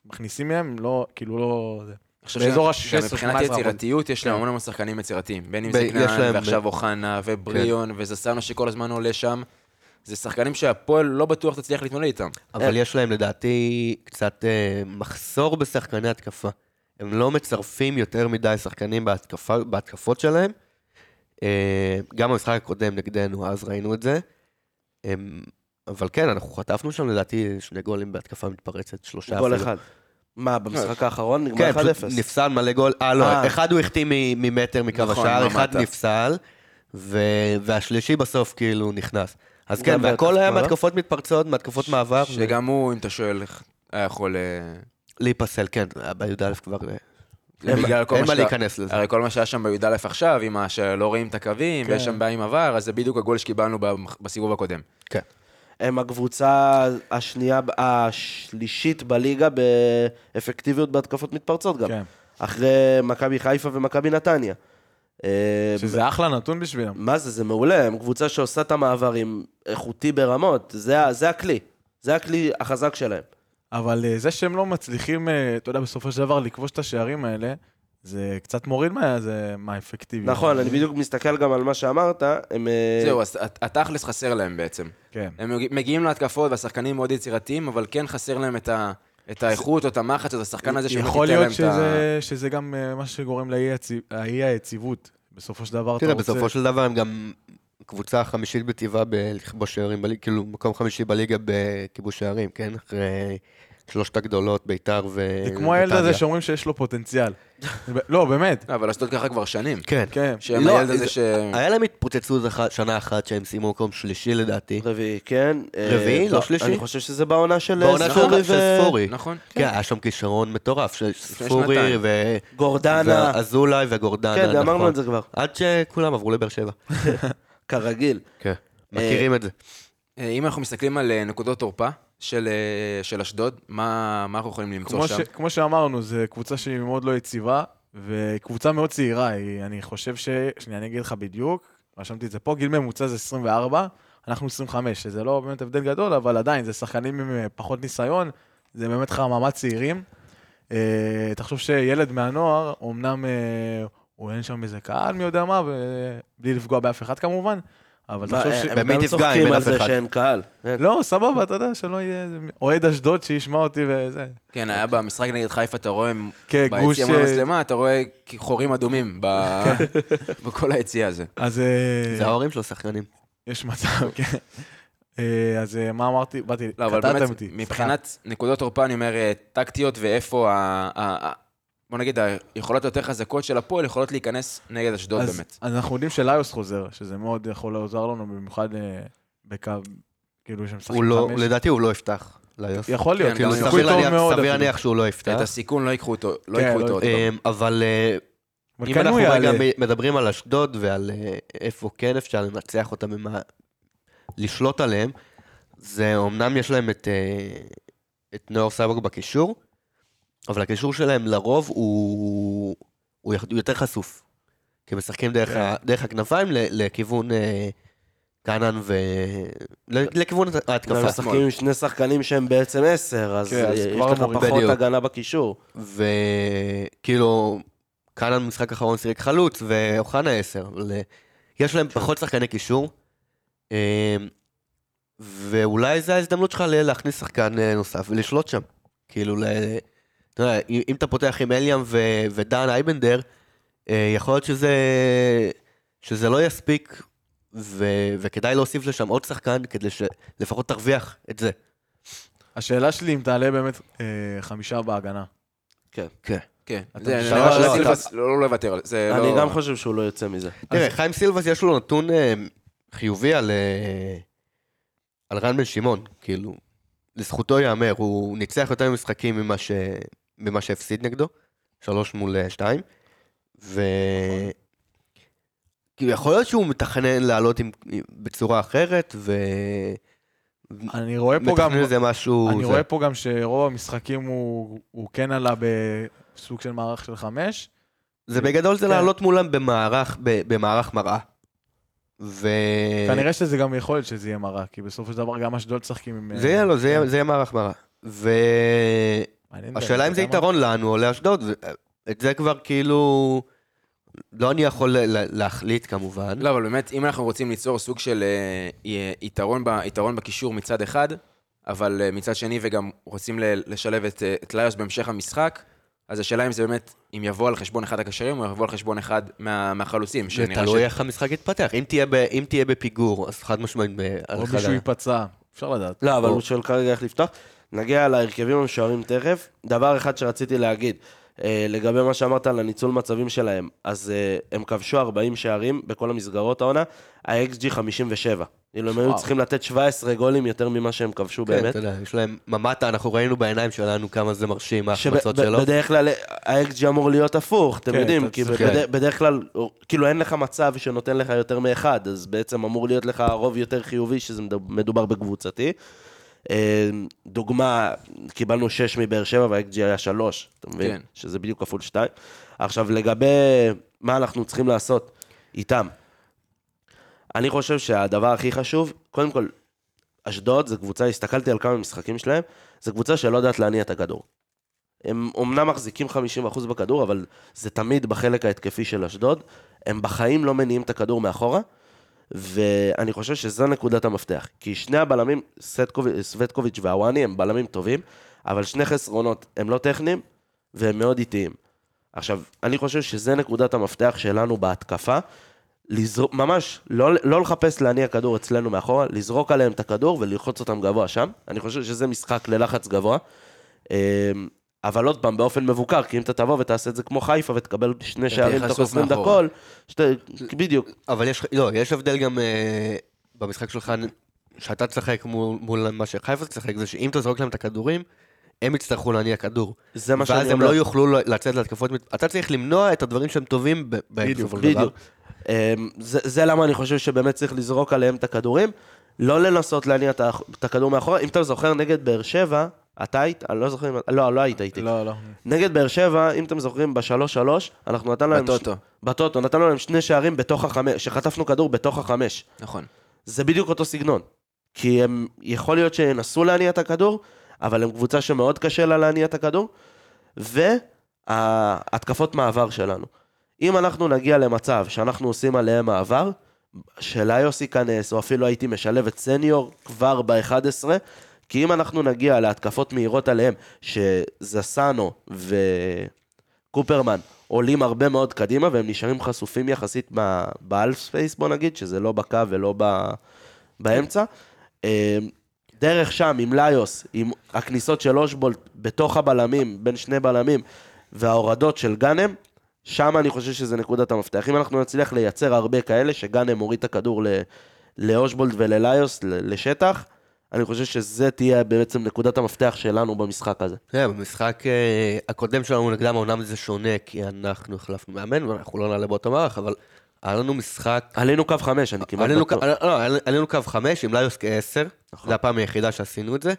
S5: מכניסים מהם, לא, כאילו לא... זה.
S1: עכשיו
S5: באזור
S1: שגם
S5: ה-16,
S1: מבחינת
S5: 18.
S1: יצירתיות, יש להם
S5: כן.
S1: המון המון שחקנים יצירתיים. בין אם
S4: ב- כן.
S1: זה
S4: יש
S1: כנען,
S4: להם-
S1: ועכשיו אוחנה, ובריון, וזסנו שכל הזמן עולה שם. זה שחקנים שהפועל לא בטוח תצליח להתמודד איתם.
S4: אבל יש להם לדעתי קצת אה, מחסור בשחקני התקפה. הם לא מצרפים יותר מדי שחקנים בהתקפה, בהתקפות שלהם. אה, גם במשחק הקודם נגדנו, אז ראינו את זה. הם, אבל כן, אנחנו חטפנו שם לדעתי שני גולים בהתקפה מתפרצת, שלושה
S3: גול אחד. מה, במשחק האחרון נגמר
S4: כן,
S3: 1-0?
S4: פשוט נפסל מלא גול. אה, לא,
S3: אה.
S4: אחד הוא החטיא מ- ממטר מקו
S1: נכון,
S4: השער, אחד
S1: מהמטה.
S4: נפסל, ו- והשלישי בסוף כאילו נכנס. אז
S3: גם
S4: כן, והכל היה
S3: בהתקפה. לא?
S4: מהתקפות מתפרצות, מהתקפות מעבר.
S1: שגם הוא, אם אתה שואל, היה יכול... אה,
S4: להיפסל, כן, היה בי"א כבר... אה,
S1: בגלל כל
S4: אין
S1: מה
S4: מה
S1: שאתה-
S4: להיכנס לזה.
S1: הרי כל מה שהיה שם בי"א עכשיו, עם ה- שלא רואים את הקווים, ויש שם בעיה עם עבר, אז זה בדיוק הגול שקיבלנו במח- בסיבוב הקודם.
S4: כן.
S3: הם הקבוצה השנייה, השלישית בליגה באפקטיביות בהתקפות מתפרצות גם.
S5: כן.
S3: אחרי מכבי חיפה ומכבי נתניה. אה,
S5: שזה אחלה נתון בשבילם.
S3: מה זה, זה מעולה, הם קבוצה שעושה את המעברים איכותי ברמות, זה, ה- זה הכלי, זה הכלי החזק שלהם.
S5: אבל אה, זה שהם לא מצליחים, אה, אתה יודע, בסופו של דבר לכבוש את השערים האלה, זה קצת מוריד מה- זה- מהאפקטיביות.
S3: נכון, אני בדיוק מסתכל גם על מה שאמרת, הם... אה,
S1: זהו, אז הת- התכלס חסר להם בעצם.
S5: כן.
S1: הם מגיע- מגיעים להתקפות, והשחקנים מאוד יצירתיים, אבל כן חסר להם את ה- את האיכות או את המחץ, או את השחקן הזה שבאמת
S5: יכול
S1: ייתן
S5: להיות
S1: להם את ה-
S5: שזה, שזה גם אה, מה שגורם לאי היציב- האי היציבות. בסופו של דבר אתה
S4: תראה,
S5: רוצה...
S4: בסופו של דבר הם גם קבוצה חמישית בטבעה בלכבוש שערים, בליג- כאילו מקום חמישי בליגה בכיבוש שערים, כן? אחרי שלושת הגדולות, ביתר ו...
S5: זה כמו הילד הזה
S4: נתניה.
S5: שאומרים שיש לו פוטנציאל. לא, באמת.
S1: לא, אבל אשדוד ככה כבר שנים.
S4: כן.
S5: כן.
S1: שהם
S4: לא,
S1: הילד הזה
S4: זה-
S1: ש...
S4: היה להם התפוצצות אחת- שנה אחת שהם סיימו מקום שלישי לדעתי.
S3: רביעי, כן. אה,
S4: רביעי? לא
S3: לא,
S4: שלישי?
S3: אני חושב שזה בעונה של
S4: בעונה
S3: אה, ספורי
S4: של של
S3: ו...
S4: ספורי.
S1: נכון.
S4: כן, היה שם כישרון מטורף של ספורי
S1: שנתיים.
S4: ו...
S3: גורדנה.
S4: ואזולאי וגורדנה,
S3: כן, אמרנו
S4: נכון.
S3: את זה כבר,
S4: עד שכולם עברו לבאר שבע.
S3: כרגיל.
S4: כן. מכירים את זה.
S1: אה, אם אנחנו מסתכלים על אה, נקודות תורפה של אה, של אשדוד, מה מה אנחנו יכולים למצוא
S5: כמו, ש,
S1: שם?
S5: כמו שאמרנו, זו קבוצה שהיא מאוד לא יציבה, וקבוצה מאוד צעירה. היא, אני חושב ש... שנייה, אני אגיד לך בדיוק, רשמתי את זה פה, גיל ממוצע זה 24, אנחנו 25, שזה לא באמת הבדל גדול, אבל עדיין, זה שחקנים עם אה, פחות ניסיון, זה באמת חממה צעירים. אה, תחשוב שילד מהנוער, אמנם אה, הוא אין שם איזה קהל, מי יודע מה, ו- בלי לפגוע באף אחד כמובן, אבל
S1: לא,
S3: מה,
S5: תחשוב
S1: אה,
S5: ש...
S3: הם
S4: במי
S3: גם
S4: תפגע אם
S3: צוחקים
S4: אין
S3: על
S4: אף
S3: זה
S4: אחד?
S3: שאין קהל. כן.
S5: לא, סבבה, אתה יודע, שלא יהיה איזה אוהד אשדוד שישמע אותי וזה.
S1: כן, היה במשחק נגד חיפה, אתה רואה... הם-
S5: כן, גוש,
S1: ביציע מול
S5: אה, כן.
S1: המצלמה, אתה רואה כ- חורים אדומים ב- בכל היציע הזה.
S5: אז... אה,
S4: זה ההורים של השחקנים.
S5: יש מצב, כן. אה, אז אה, מה אמרתי? באתי,
S1: לא, אבל
S5: קטעת
S1: באמת,
S5: אותי.
S1: מבחינת נקודות תורפה, אני אומר, אה, טקטיות ואיפה ה... ה- ה- בוא נגיד, היכולות היותר חזקות של הפועל יכולות להיכנס נגד אשדוד
S5: אז-
S1: באמת.
S5: אז אנחנו יודעים שליוס חוזר, שזה מאוד יכול לעזר לנו, במיוחד אה, בקו, כאילו, שמשחקים
S4: הוא לא,
S5: חמש.
S4: לדעתי הוא לא יפתח ליוס.
S5: יכול
S1: כן,
S5: להיות, כאילו,
S1: גם
S5: סיכוי
S4: סביר
S5: טוב
S4: להניח-
S5: מאוד.
S4: סביר
S5: אפילו.
S4: להניח שהוא לא
S1: את
S4: יפתח.
S1: הסיכון לא ייקחו אותו, לא
S5: כן,
S1: ייקחו
S5: לא
S1: אותו עוד פעם.
S4: אמ, אבל אה,
S5: אבל
S4: אם
S5: כן
S4: אנחנו
S5: הוא
S4: רגע
S5: יעלה.
S4: מ- מדברים על אשדוד ועל אה, איפה כן אפשר לנצח אותם ומה לשלוט עליהם, זה אמנם יש להם את, אה, את נאור סבק בקישור, אבל הקישור שלהם לרוב הוא, הוא יח- הוא יותר חשוף. כי הם משחקים דרך,
S5: כן.
S4: ה, דרך הכנפיים ל, לכיוון אה, קאנן ו... ל- לכיוון
S3: הם
S4: ההתקפה.
S3: משחקים עם שני שחקנים שהם בעצם עשר, אז
S5: כן, אז
S3: אה, יש
S5: כבר
S3: לך
S5: מוריד.
S3: פחות
S4: בדיוק.
S3: הגנה בקישור.
S4: וכאילו, קאנן במשחק האחרון שיחק חלוץ, ואוחנה עשר. ל- יש להם פחות שחקני קישור, אה, ואולי זו ההזדמנות שלך ל- להכניס שחקן אה, נוסף ולשלוט שם. כאילו, ל- אתה יודע, אם אם אתה פותח עם אליאם ו- ודן אייבנדר, אה, יכול להיות שזה, שזה לא יספיק, ו- וכדאי להוסיף לשם עוד שחקן כדי שלפחות תרוויח את זה.
S5: השאלה שלי אם תעלה באמת אה, חמישה בהגנה.
S4: כן.
S1: כן,
S5: אתה
S1: זה
S5: משלם
S1: נראה
S3: על
S1: שסילבס- לא לא לוותר על זה.
S3: אני
S1: לא-
S3: גם חושב שהוא לא יוצא מזה.
S4: תראה, חיים סילבס יש לו נתון אה, חיובי על, אה, על רן בן שמעון, כאילו, לזכותו ייאמר, הוא ניצח יותר משחקים ממה, ש... ממה שהפסיד נגדו, שלוש מול אה, שתיים, ו... כאילו, יכול להיות שהוא מתכנן לעלות עם... עם- בצורה אחרת, ו...
S5: אני רואה פה גם...
S4: מתכנן לזה משהו...
S5: אני
S4: זה.
S5: רואה פה גם שרוב המשחקים הוא הוא כן עלה בסוג של מערך של חמש.
S4: זה בגדול זה
S5: כן.
S4: לעלות מולם במערך, ב... במערך מראה. ו... אה.
S5: כנראה שזה גם יכול להיות שזה יהיה מרה, כי בסופו של דבר גם אשדוד משחקים עם... אה,
S4: זה יהיה לו, זה יהיה- זה יהיה מערך מראה. ו...
S5: מעניין,
S4: השאלה אם זה
S5: אתה יודע מה?
S4: יתרון לנו או לאשדוד, ו- את זה כבר כאילו... לא אני יכול ל- ל- להחליט כמובן.
S1: לא, אבל באמת, אם אנחנו רוצים ליצור סוג של אה, י- יתרון, ב, יתרון בקישור מצד אחד, אבל אה, מצד שני, וגם רוצים ל, לשלב את, אה, את ליוס בהמשך המשחק, אז השאלה אם זה באמת, אם יבוא על חשבון אחד הקשרים, או יבוא על חשבון אחד מה, מהחלוצים,
S4: זה
S1: שנראה
S4: תלוי
S1: ש-
S4: איך המשחק יתפתח. אם תהיה ב- אם תהיה בפיגור, אז חד משמעית... ב- על
S5: או
S4: אחד
S5: מישהו
S4: ה-
S5: ייפצע, אפשר לדעת.
S3: לא, אבל
S4: או-
S3: הוא שואל כרגע איך לפתוח. נגיע להרכבים המשוערים תכף. דבר אחד שרציתי להגיד, אה, לגבי מה שאמרת על הניצול מצבים שלהם, אז אה, הם כבשו 40 שערים בכל המסגרות העונה, ה-XG 57. כאילו, הם היו צריכים לתת 17 גולים יותר ממה שהם כבשו
S4: כן,
S3: באמת.
S4: אתה יודע, יש להם ממ"טה, אנחנו ראינו בעיניים שלנו כמה זה מרשים, ההחמצות שלו.
S3: שבדרך כלל האקג'י אמור להיות הפוך, אתם
S5: כן,
S3: יודעים,
S5: אתה
S3: כי
S5: צריך-
S3: בד- בדרך כלל, או- כאילו אין לך מצב שנותן לך יותר מאחד, אז בעצם אמור להיות לך רוב יותר חיובי, שזה מדוב- מדובר בקבוצתי. אה, דוגמה, קיבלנו 6 מבאר שבע והאקג'י היה 3, אתה
S1: כן.
S3: מבין? שזה בדיוק כפול 2. עכשיו, לגבי מה אנחנו צריכים לעשות איתם, אני חושב שהדבר הכי חשוב, קודם כל, אשדוד זו קבוצה, הסתכלתי על כמה משחקים שלהם, זו קבוצה שלא יודעת להניע את הכדור. הם אומנם מחזיקים 50% בכדור, אבל זה תמיד בחלק ההתקפי של אשדוד. הם בחיים לא מניעים את הכדור מאחורה, ואני חושב שזו נקודת המפתח. כי שני הבלמים, סטקוב- סווטקוביץ' והוואני, הם בלמים טובים, אבל שני חסרונות, הם לא טכניים, והם מאוד איטיים. עכשיו, אני חושב שזה נקודת המפתח שלנו בהתקפה. לזרוק, ממש, לא, לא לחפש להניע כדור אצלנו מאחורה, לזרוק עליהם את הכדור וללחוץ אותם גבוה שם. אני חושב שזה משחק ללחץ גבוה. אמ, אבל עוד פעם, באופן מבוקר, כי אם אתה תבוא ותעשה את זה כמו חיפה ותקבל שני
S4: כן,
S3: שערים תוך
S1: חשוף
S3: 20
S1: מאחורה.
S3: דקות, שאתה, בדיוק,
S4: אבל יש, לא, יש הבדל גם אה, במשחק שלך, שאתה תשחק מול, מול מה שחיפה תשחק, זה שאם תזרוק להם את הכדורים, הם יצטרכו להניע כדור.
S3: זה מה
S4: ואז
S3: שאני
S4: הם
S3: אומר.
S4: לא יוכלו ל- לצאת להתקפות, מת- אתה צריך למנוע את הדברים שהם טובים ב- בהם
S5: בדיוק,
S4: בסופו של דבר.
S3: בדיוק. אמ, זה, זה למה אני חושב שבאמת צריך לזרוק עליהם את הכדורים, לא לנסות להניע את האח- את הכדור מאחורה. אם אתה זוכר, נגד באר שבע, אתה היית, אני לא זוכר אם... לא, לא היית איתי.
S5: לא, לא.
S3: נגד באר שבע, אם אתם זוכרים, בשלוש-שלוש, אנחנו נתנו להם...
S1: בטוטו.
S3: ש... בטוטו, נתנו להם שני שערים בתוך החמש, שחטפנו כדור בתוך החמש.
S1: נכון.
S4: לא
S3: זה בדיוק אותו סגנון. כי הם, יכול להיות שינסו להניע את הכדור, אבל הם קבוצה שמאוד קשה לה להניע את הכדור, וההתקפות מעבר שלנו. אם אנחנו נגיע למצב שאנחנו עושים עליהם מעבר, שאלה יוסי כנס, או אפילו הייתי משלב את סניור כבר ב-11, כי אם אנחנו נגיע להתקפות מהירות עליהם, שזסנו וקופרמן עולים הרבה מאוד קדימה, והם נשארים חשופים יחסית ב- באלף ספייס, בוא נגיד, שזה לא בקו ולא ב... באמצע. אה, דרך שם, עם ליוס, עם הכניסות של אושבולט בתוך הבלמים, בין שני בלמים, וההורדות של גאנם, שם אני חושב שזה נקודת המפתח. אם אנחנו נצליח לייצר הרבה כאלה, שגאנם מוריד את הכדור ל- לאושבולט ולליוס, ל- לשטח, אני חושב שזה תהיה בעצם נקודת המפתח שלנו במשחק הזה.
S4: כן, במשחק אה, הקודם שלנו נגדם, אומנם זה שונה, כי אנחנו החלפנו מאמן, ואנחנו לא נעלה באותו מערך, אבל היה לנו משחק
S3: עלינו קו חמש, אני כמעט
S4: עלינו,
S3: בטוח. נכון.
S4: קו- לא, עלי- עלינו קו חמש עם ליוס כעשר, זו הפעם היחידה שעשינו את זה,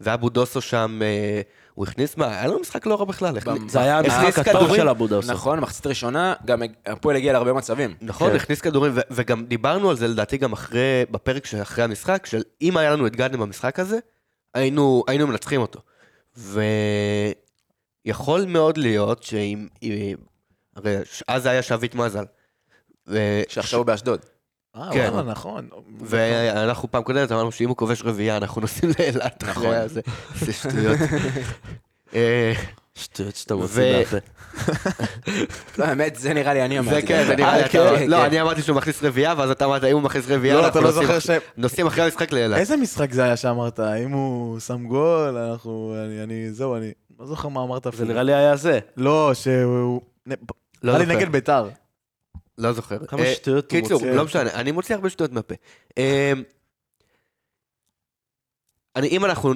S4: ואבו דוסו שם, אה, הוא הכניס מה, היה לנו משחק לא רע בכלל, הכניס-
S3: זה היה
S4: הכניס
S3: המשחק הטוב
S4: כדורים-
S3: של אבו דאוסו.
S1: נכון, מחצית ראשונה, גם הפועל הגיע להרבה מצבים.
S4: נכון,
S3: כן.
S4: הכניס כדורים, ו- וגם דיברנו על זה לדעתי גם אחרי, בפרק שאחרי המשחק, של אם היה לנו את גאדן במשחק הזה, היינו, היינו מנצחים אותו. ויכול מאוד להיות שאם, אם- הרי ש- אז זה היה שביט מזל. ו-
S1: שעכשיו הוא באשדוד.
S5: אה,
S4: כן.
S5: וואלה, נכון.
S4: ואנחנו פעם קודמת אמרנו שאם הוא כובש רביעייה, אנחנו נוסעים לאילת
S1: נכון.
S4: אחרי הזה. זה שטויות. אה,
S3: שטויות שאתה
S4: ו-
S3: מוציא מהפה.
S1: לא, האמת, זה נראה לי אני
S4: זה
S1: אמרתי.
S4: כן, זה נראה
S1: אה,
S4: לי
S1: כן,
S4: אתה...
S1: כן.
S4: לא, אני אמרתי שהוא מכניס רביעייה, ואז אתה אמרת, אם הוא מכניס רביעייה,
S5: לא, אתה
S4: אנחנו
S5: לא
S4: נוסעים
S5: זוכר
S4: אח-
S5: ש...
S4: נוסעים אחרי המשחק לאילת.
S5: איזה משחק זה היה שאמרת? אם הוא שם גול, אנחנו... אני- אני... זהו, אני לא זוכר מה אמרת
S3: זה
S5: אפילו.
S3: נראה לי היה זה.
S5: לא, שהוא...
S4: לא
S5: היה לי
S4: זוכר.
S5: נגד ביתר.
S4: לא זוכר.
S3: כמה
S4: אה,
S3: שטויות הוא
S4: קיצור,
S5: מוציא.
S4: לא משנה, אני מוציא הרבה שטויות מהפה. אה, אני, אם אנחנו,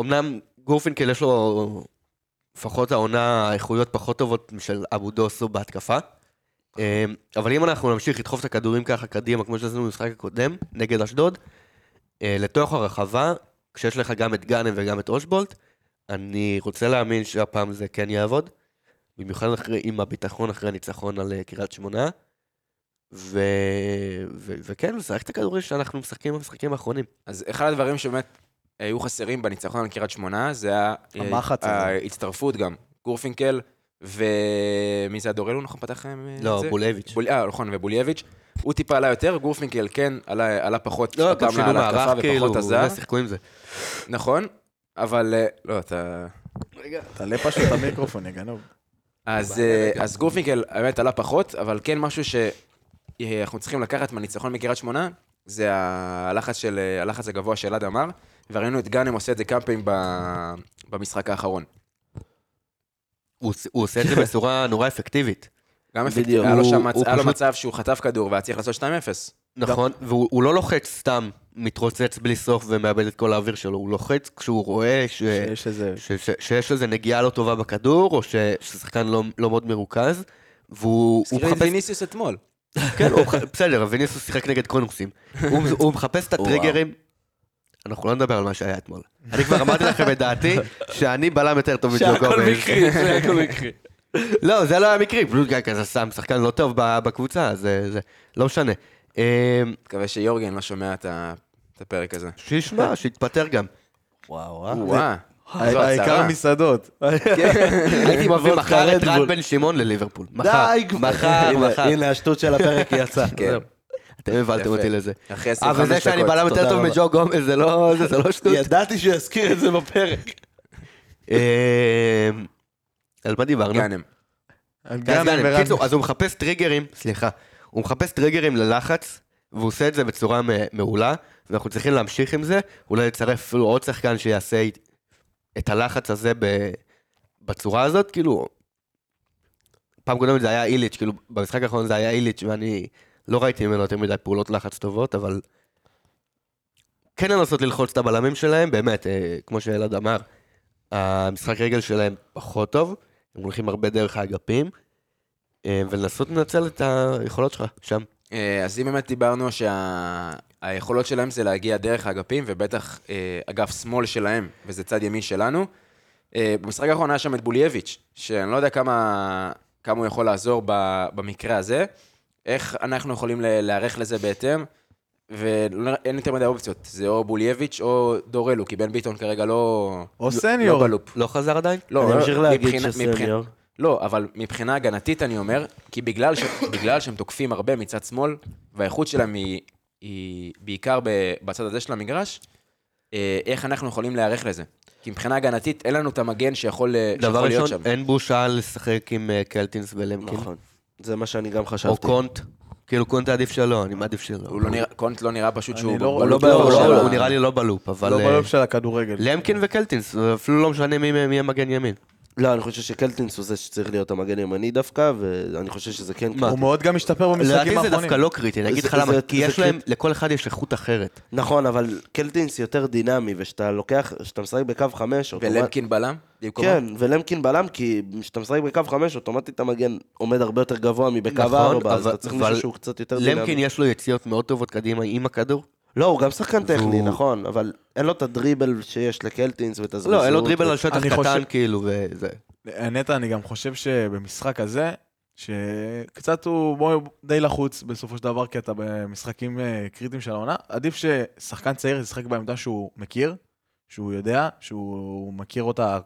S4: אמנם גורפינקל יש לו לפחות העונה איכויות פחות טובות משל אבו דוסו בהתקפה, אה, אבל אם אנחנו נמשיך לדחוף את הכדורים ככה קדימה, כמו שעשינו במשחק הקודם, נגד אשדוד, אה, לתוך הרחבה, כשיש לך גם את גאנם וגם את אושבולט, אני רוצה להאמין שהפעם זה כן יעבוד, במיוחד אחרי, עם הביטחון אחרי הניצחון על אה, קריית שמונה. ו... ו... וכן, לשחק את הכדורגל שאנחנו משחקים במשחקים האחרונים.
S1: אז אחד הדברים שבאמת היו חסרים בניצחון על קריית שמונה, זה ה-
S5: המחץ הזה.
S1: ההצטרפות גם. גורפינקל, ומי זה הדורל, הוא נכון פתח עם
S4: לא, בולביץ'.
S1: בול... אה, נכון, ובולייביץ'. הוא טיפה עלה יותר, גורפינקל כן עלה, עלה פחות,
S4: לא,
S1: הפעם
S4: גם שינו
S1: להתקפה
S4: מערך, כאילו,
S1: ופחות עזר,
S4: לא שיחקו עם זה.
S1: נכון, אבל אה, לא, אתה...
S5: תעלה פשוט את המיקרופון, יגנוב.
S1: אז, אה, אז גורפינקל באמת עלה פחות, אבל כן משהו שאנחנו צריכים לקחת מהניצחון מקריית שמונה, זה הלחץ, של, אה, הלחץ הגבוה שאלעד אמר, וראינו את גאנם עושה את זה כמה פעמים ב- במשחק האחרון.
S4: הוא עוש- הוא עושה את
S1: כן.
S4: זה בצורה נורא אפקטיבית.
S1: גם אפקטיבי,
S3: בדיוק.
S1: היה לו
S4: הוא-
S1: שם מצ-
S4: הוא
S1: היה לו
S4: פשוט-
S1: מצב שהוא חטף כדור והיה צריך לעשות 2-0.
S4: נכון, והוא הוא לא לוחץ סתם, מתרוצץ בלי סוף ומאבד את כל האוויר שלו, הוא לוחץ כשהוא רואה ש...
S5: יש איזה...
S4: ש- ש- שיש איזה נגיעה לא טובה בכדור, או ש- ששחקן לא, לא מאוד מרוכז, והוא הוא
S1: הזכיר לי את
S4: מחפש...
S1: ויניסיוס אתמול.
S4: כן, הוא מח- בסדר, ויניסיוס שיחק נגד קונוסים. הוא הוא מחפש את הטריגרים. אנחנו לא נדבר על מה שהיה אתמול. אני כבר אמרתי לכם את דעתי, שאני בלם יותר טוב
S2: שהכל
S4: מג'וקוביץ'.
S2: מקרי, שהכל מקרי.
S4: לא, זה לא היה מקרי, פשוט גיא כזה שם שחקן לא טוב ב- בקבוצה, אז אה, זה לא משנה. אה,
S1: מקווה שיורגן לא שומע את ה- את הפרק הזה.
S4: שישמע, שיתפטר גם.
S3: וואו,
S1: וואה. זו
S5: העיקר
S1: הצהרה.
S5: מסעדות.
S4: כן. הייתי מביא מחר את
S3: קרנבול.
S4: רן בן שמעון לליברפול. מחר,
S3: די כבר.
S4: מחר,
S3: הנה-
S4: מחר.
S3: הנה, השטות של הפרק יצא.
S1: כן.
S4: אתם הבלתם
S1: יפה.
S4: אותי לזה.
S1: אחרי 25
S4: אבל
S1: דקות.
S4: זה שאני בלם יותר
S3: תודה
S4: טוב
S3: רבה.
S4: מג'ו גומז זה לא זה- זה לא שטות.
S3: ידעתי שהוא יזכיר את זה בפרק.
S4: אה, על מה דיברנו?
S3: כן,
S1: גאנם.
S4: כן, אז
S5: גאנם
S4: גאנם.
S5: ורן-
S4: קיצור, אז הוא מחפש טריגרים, סליחה, הוא מחפש טריגרים ללחץ, והוא עושה את זה בצורה מ- מעולה, ואנחנו צריכים להמשיך עם זה, אולי לצרף אפילו עוד שחקן שיעשה אית- את הלחץ הזה ב- בצורה הזאת, כאילו... פעם קודמת זה היה איליץ', כאילו במשחק האחרון זה היה איליץ', ואני לא ראיתי ממנו יותר מדי פעולות לחץ טובות, אבל... כן לנסות ללחוץ את הבלמים שלהם, באמת, אה, כמו שאלעד אמר, המשחק רגל שלהם פחות טוב, הם הולכים הרבה דרך האגפים, אה, ולנסות לנצל את היכולות שלך שם.
S1: אה, אז אם באמת דיברנו שהיכולות שלהם זה להגיע דרך האגפים, ובטח אה, אגף שמאל שלהם, וזה צד ימין שלנו. אה, במשחק האחרון היה שם את בולייביץ', שאני לא יודע כמה, כמה הוא יכול לעזור ב, במקרה הזה. איך אנחנו יכולים ל- להיערך לזה בהתאם? ואין יותר מדי אופציות, זה או בולייביץ' או דורלו, כי בן ביטון כרגע לא...
S5: או סניור.
S1: לא בלופ.
S4: לא חזר עדיין?
S1: לא,
S3: אני
S1: לא,
S3: אמשיך להגיד
S1: מבחינה-
S3: שסניור-
S1: מבחינה- לא, אבל מבחינה הגנתית אני אומר, כי בגלל, ש... בגלל שהם תוקפים הרבה מצד שמאל, והאיכות שלהם היא, היא בעיקר ב- בצד הזה של המגרש, אה, איך אנחנו יכולים להיערך לזה? כי מבחינה הגנתית אין לנו את המגן שיכול, אה,
S4: לא. דבר
S1: שיכול להיות
S4: ראשון,
S1: שם.
S4: אין בושה לשחק עם אה, קלטינס ולמקין.
S3: נכון. זה מה שאני גם
S4: או
S3: חשבתי.
S4: קונט. כאילו קונט עדיף שלא, אני מעדיף שלא.
S1: הוא לא נראה, קונט לא נראה פשוט שהוא...
S5: לא-
S1: בלופ
S4: לא,
S5: לא,
S1: טוב
S4: לא,
S1: של
S4: לא,
S1: ה-
S4: הוא נראה לי לא בלופ, אבל...
S5: לא
S4: אה,
S5: בלופ של הכדורגל.
S4: למקין וקלטינס, אפילו לא משנה מי מהם יהיה מגן ימין.
S3: לא, אני חושב שקלטינס הוא זה שצריך להיות המגן ימני דווקא, ואני חושב שזה כן...
S4: מה?
S5: הוא מאוד גם השתפר
S4: לדעתי
S5: במשחקים
S4: זה
S5: האחרונים.
S4: דווקא לא קריטי, אני אגיד
S3: זה-
S4: לך למה,
S3: זה-
S4: כי
S3: זה
S4: יש להם,
S3: קריט-
S4: לכל אחד יש איכות אחרת.
S3: נכון, אבל קלטינס יותר דינמי, וכשאתה לוקח, כשאתה משחק בקו חמש, אוטומט-
S1: ולמקין בלם? במקומו?
S3: כן, ולמקין בלם, כי כשאתה משחק בקו חמש, אוטומטית המגן עומד הרבה יותר גבוה מבקו
S4: נכון,
S3: ארבע, אז
S4: אבל-
S3: אתה צריך
S4: אבל
S3: מישהו שהוא קצת יותר
S4: למקין
S3: דינמי.
S4: יש לו יציאות מאוד טובות קדימה עם הכדור.
S3: לא, הוא גם שחקן טכני,
S4: והוא-
S3: נכון, אבל אין לו את הדריבל שיש לקלטינס ואת הזריזות.
S4: לא, אין לו דריבל על שטח
S5: אני
S4: קטן,
S5: חושב-
S4: כאילו, וזה.
S5: נטע, אני גם חושב שבמשחק הזה, שקצת הוא בוא, די לחוץ בסופו של דבר, כי אתה במשחקים אה, קריטיים של העונה, עדיף ששחקן צעיר ישחק בעמדה שהוא מכיר, שהוא יודע, שהוא מכיר אותה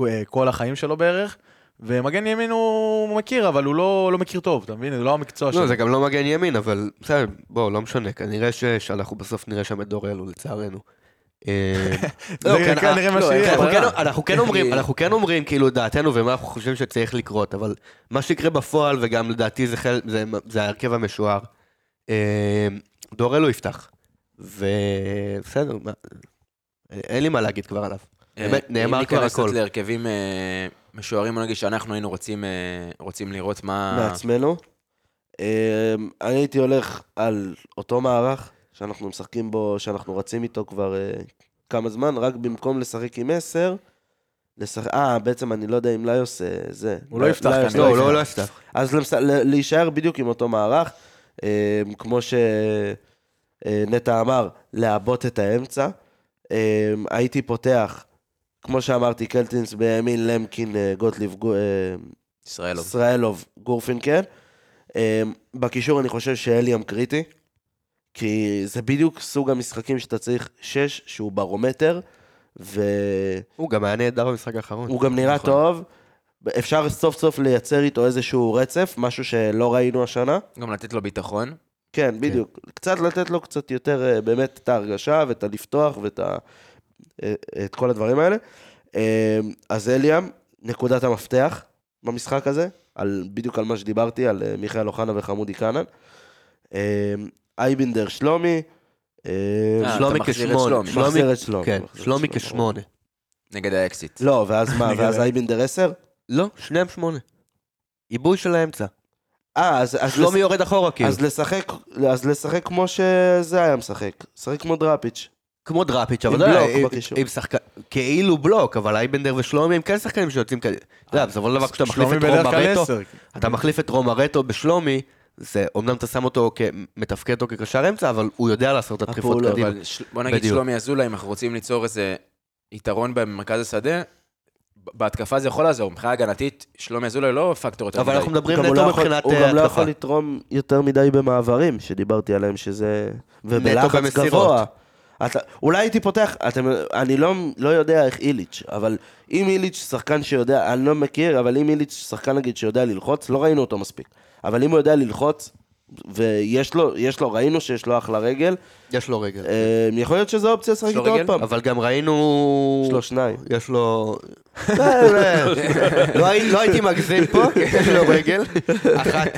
S5: אה, כל החיים שלו בערך, ומגן ימין הוא מכיר, אבל הוא לא, לא מכיר טוב, אתה מבין? זה לא המקצוע שלו.
S4: לא, זה גם לא מגן ימין, אבל בסדר, בואו, לא משנה, כנראה ש- שאנחנו בסוף נראה שם את דורלו, לצערנו. אה, לא,
S5: זה
S4: כן,
S5: כנראה
S4: אה,
S5: מה
S4: לא,
S5: שיהיה,
S4: אנחנו
S5: אבל-
S4: כן- אנחנו כן אומרים,
S1: אה,
S4: אנחנו כן אומרים כאילו את דעתנו ומה אנחנו חושבים שצריך לקרות, אבל מה שיקרה בפועל, וגם לדעתי זה חלק- זה- זה ההרכב המשוער, אה, דורלו יפתח. ובסדר, מה- אין לי מה להגיד כבר עליו.
S1: אה,
S4: באמת, נאמר
S1: אם
S4: כבר
S1: ניכנס
S4: הכל.
S1: קצת להרכבים אה, משוערים, בוא נגיד שאנחנו היינו רוצים, אה, רוצים לראות מה...
S3: מעצמנו. אמ, אני הייתי הולך על אותו מערך שאנחנו משחקים בו, שאנחנו רצים איתו כבר אה, כמה זמן, רק במקום לשחק עם 10, לשחק... אה, בעצם אני לא יודע אם ליוס אה, זה.
S5: הוא לא יפתח
S3: ליוס
S5: כנראה.
S4: לא, הוא
S5: לא,
S4: לא
S5: לא.
S4: לא יפתח.
S3: אז למס... ל- להישאר בדיוק עם אותו מערך, אה, כמו שנטע אמר, לעבות את האמצע. אה, הייתי פותח, כמו שאמרתי, קלטינס בימין, למקין, אה, גוטליב, גו- אה,
S1: ישראלוב.
S3: ישראלוב, גורפינקל. אה, בקישור אני חושב שאליאם קריטי, כי זה בדיוק סוג המשחקים שאתה צריך שש, שהוא ברומטר, והוא
S4: הוא גם היה נהדר במשחק האחרון.
S3: גם נראה
S1: נכון.
S3: טוב. אפשר סוף סוף לייצר איתו איזשהו רצף, משהו שלא ראינו השנה.
S1: גם לתת לו ביטחון.
S3: כן, בדיוק. קצת לתת לו קצת יותר אה, באמת את ההרגשה ואת הלפתוח ואת ה... אה, את כל הדברים האלה. אה, אז אליאם, נקודת המפתח במשחק הזה, על, בדיוק על מה שדיברתי, על אה, מיכאל אוחנה וחמודי קאנן. אה, אייבינדר שלומי.
S1: אה,
S3: אה,
S4: שלומי
S1: אתה מחזיר את
S4: כשמונה.
S1: שלומי.
S4: שלומי-
S3: מחזיר את שלומי.
S4: כן,
S3: מחזיר את
S4: שלומי כשמונה.
S1: נגד האקסיט.
S3: לא, ואז מה,
S5: אני
S3: ואז
S5: גאה.
S3: אייבינדר 10?
S4: לא, שניהם שמונה. עיבוי של האמצע.
S3: אה, אז, אז, לס...
S4: שלומי יורד אחורה כאילו.
S3: אז, לשחק, אז לשחק כמו שזה היה משחק. לשחק כמו דראפיץ'.
S4: כמו דראפיץ',
S3: עם
S4: אבל לא,
S3: בלוק
S4: עם-
S3: בקישור.
S4: עם שחקן, כאילו בלוק, אבל אייבנדר ושלומי הם כן שחקנים שיוצאים כאלה. אתה יודע, בסופו של דבר כשאתה מחליף
S5: שלומי
S4: את כן.
S5: בדרך כלל
S4: רומרטו,
S5: עשר.
S4: אתה מחליף את רומרטו בשלומי, זה אמנם אתה שם אותו, כ- מתפקד אותו כקשר אמצע, אבל הוא יודע לעשות את הדחיפות
S3: הפעולות,
S4: קדימה.
S1: אבל של- בוא נגיד
S4: בדיוק.
S1: שלומי אזולאי, אם אנחנו רוצים ליצור איזה יתרון במרכז השדה, ב- בהתקפה זה יכול לעזור. מבחינה הגנתית, שלומי אזולאי לא פקטור יותר
S4: אבל
S1: מדי.
S4: אנחנו מדברים
S3: גם הוא לא
S4: נטו
S3: יכול-
S4: מבחינת
S3: הוא
S4: אה,
S3: גם לא
S4: התקפה.
S3: יכול לתרום יותר מדי במעברים, שדיברתי עליהם, שזה... ובלחץ
S4: במסירות.
S3: גבוה. אתה, אולי הייתי פותח, אתם, אני לא, לא יודע איך איליץ', אבל אם איליץ' שחקן שיודע, אני לא מכיר, אבל אם איליץ' שחקן נגיד שיודע ללחוץ, לא ראינו אותו מספיק. אבל אם הוא יודע ללחוץ, ויש לו, יש לו, ראינו שיש לו אחלה רגל,
S4: יש לו רגל.
S3: אה, יכול להיות שזו אופציה לשחק
S1: יש לו
S3: איתו עוד
S1: רגל?
S3: פעם.
S4: אבל גם ראינו...
S3: יש לו שניים.
S4: יש לו... לא, לא, לא הי- לא הייתי מגזים פה, יש לו רגל, אחת.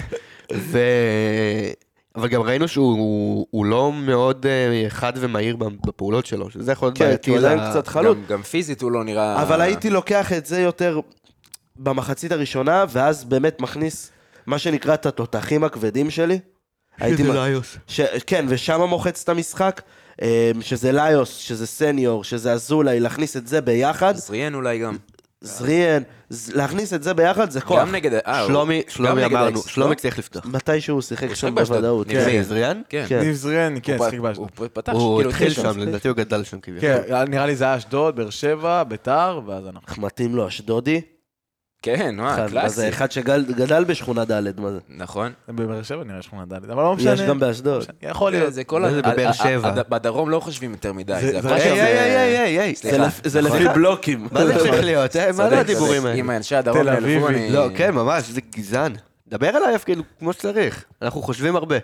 S4: ו... אבל גם ראינו שהוא הוא לא מאוד אה, חד ומהיר בפעולות שלו, שזה יכול להיות
S3: כן,
S4: בעייתי.
S3: כי הוא עדיין
S4: ל-
S3: קצת חלוט.
S1: גם- גם פיזית הוא לא נראה...
S3: אבל הייתי לוקח את זה יותר במחצית הראשונה, ואז באמת מכניס מה שנקרא את התותחים הכבדים שלי. הייתי... מ- ש... כן, ושם מוחץ את המשחק, אמ, שזה ליוס, שזה סניור, שזה אזולאי, להכניס את זה ביחד,
S1: זריאן אולי גם.
S3: זריאן, ז- להכניס את זה ביחד זה כוח.
S1: גם נגד... אה, הוא-
S4: שלומי,
S1: גם
S4: שלומי
S1: נגד
S4: אמרנו,
S1: אקס,
S4: שלומי
S1: לא?
S4: צריך לפתוח.
S3: מתי שהוא שיחק
S1: הוא
S3: שם
S1: שיחק באשדוד,
S3: בוודאות.
S1: נראה לי.
S3: כן.
S4: מי, זריאן?
S1: כן.
S3: כן.
S5: ניב זריאן, כן,
S1: הוא
S5: שיחק
S1: פ-
S5: באשדוד.
S1: הוא פתח,
S4: הוא
S1: כאילו,
S4: התחיל
S1: שם.
S4: שם, לדעתי הוא גדל שם כביכול.
S5: כן, נראה לי זה היה אשדוד, באר שבע, ביתר, ואז אנחנו.
S3: איך מתאים לו אשדודי.
S1: כן, וואה,
S3: אחד- אז
S1: קלאסי.
S3: זה אחד שגדל בשכונה ד', מה זה?
S1: נכון.
S5: בבאר שבע נראה שכונה ד', אבל לא משנה.
S3: יש גם באשדוד.
S5: יכול להיות.
S1: זה כל...
S4: זה
S1: ה-
S4: בבאר
S1: ה- ה-
S4: שבע.
S1: ה- בדרום לא חושבים יותר מדי.
S5: זה-
S1: זה
S5: זה
S1: הכל
S5: רגע,
S1: שם-
S5: זה-
S4: איי, איי.
S1: אה, סליחה. נכון.
S3: זה לפי בלוקים.
S4: מה זה צריך להיות? אה? מה
S1: צודק,
S4: זה הדיבורים
S1: צודק.
S4: האלה?
S1: אם אנשי הדרום
S5: תל
S1: נעלבו,
S5: אביבי.
S1: אני...
S4: לא, כן, ממש, זה גזען. דבר עליי כאילו כמו שצריך. אנחנו חושבים הרבה.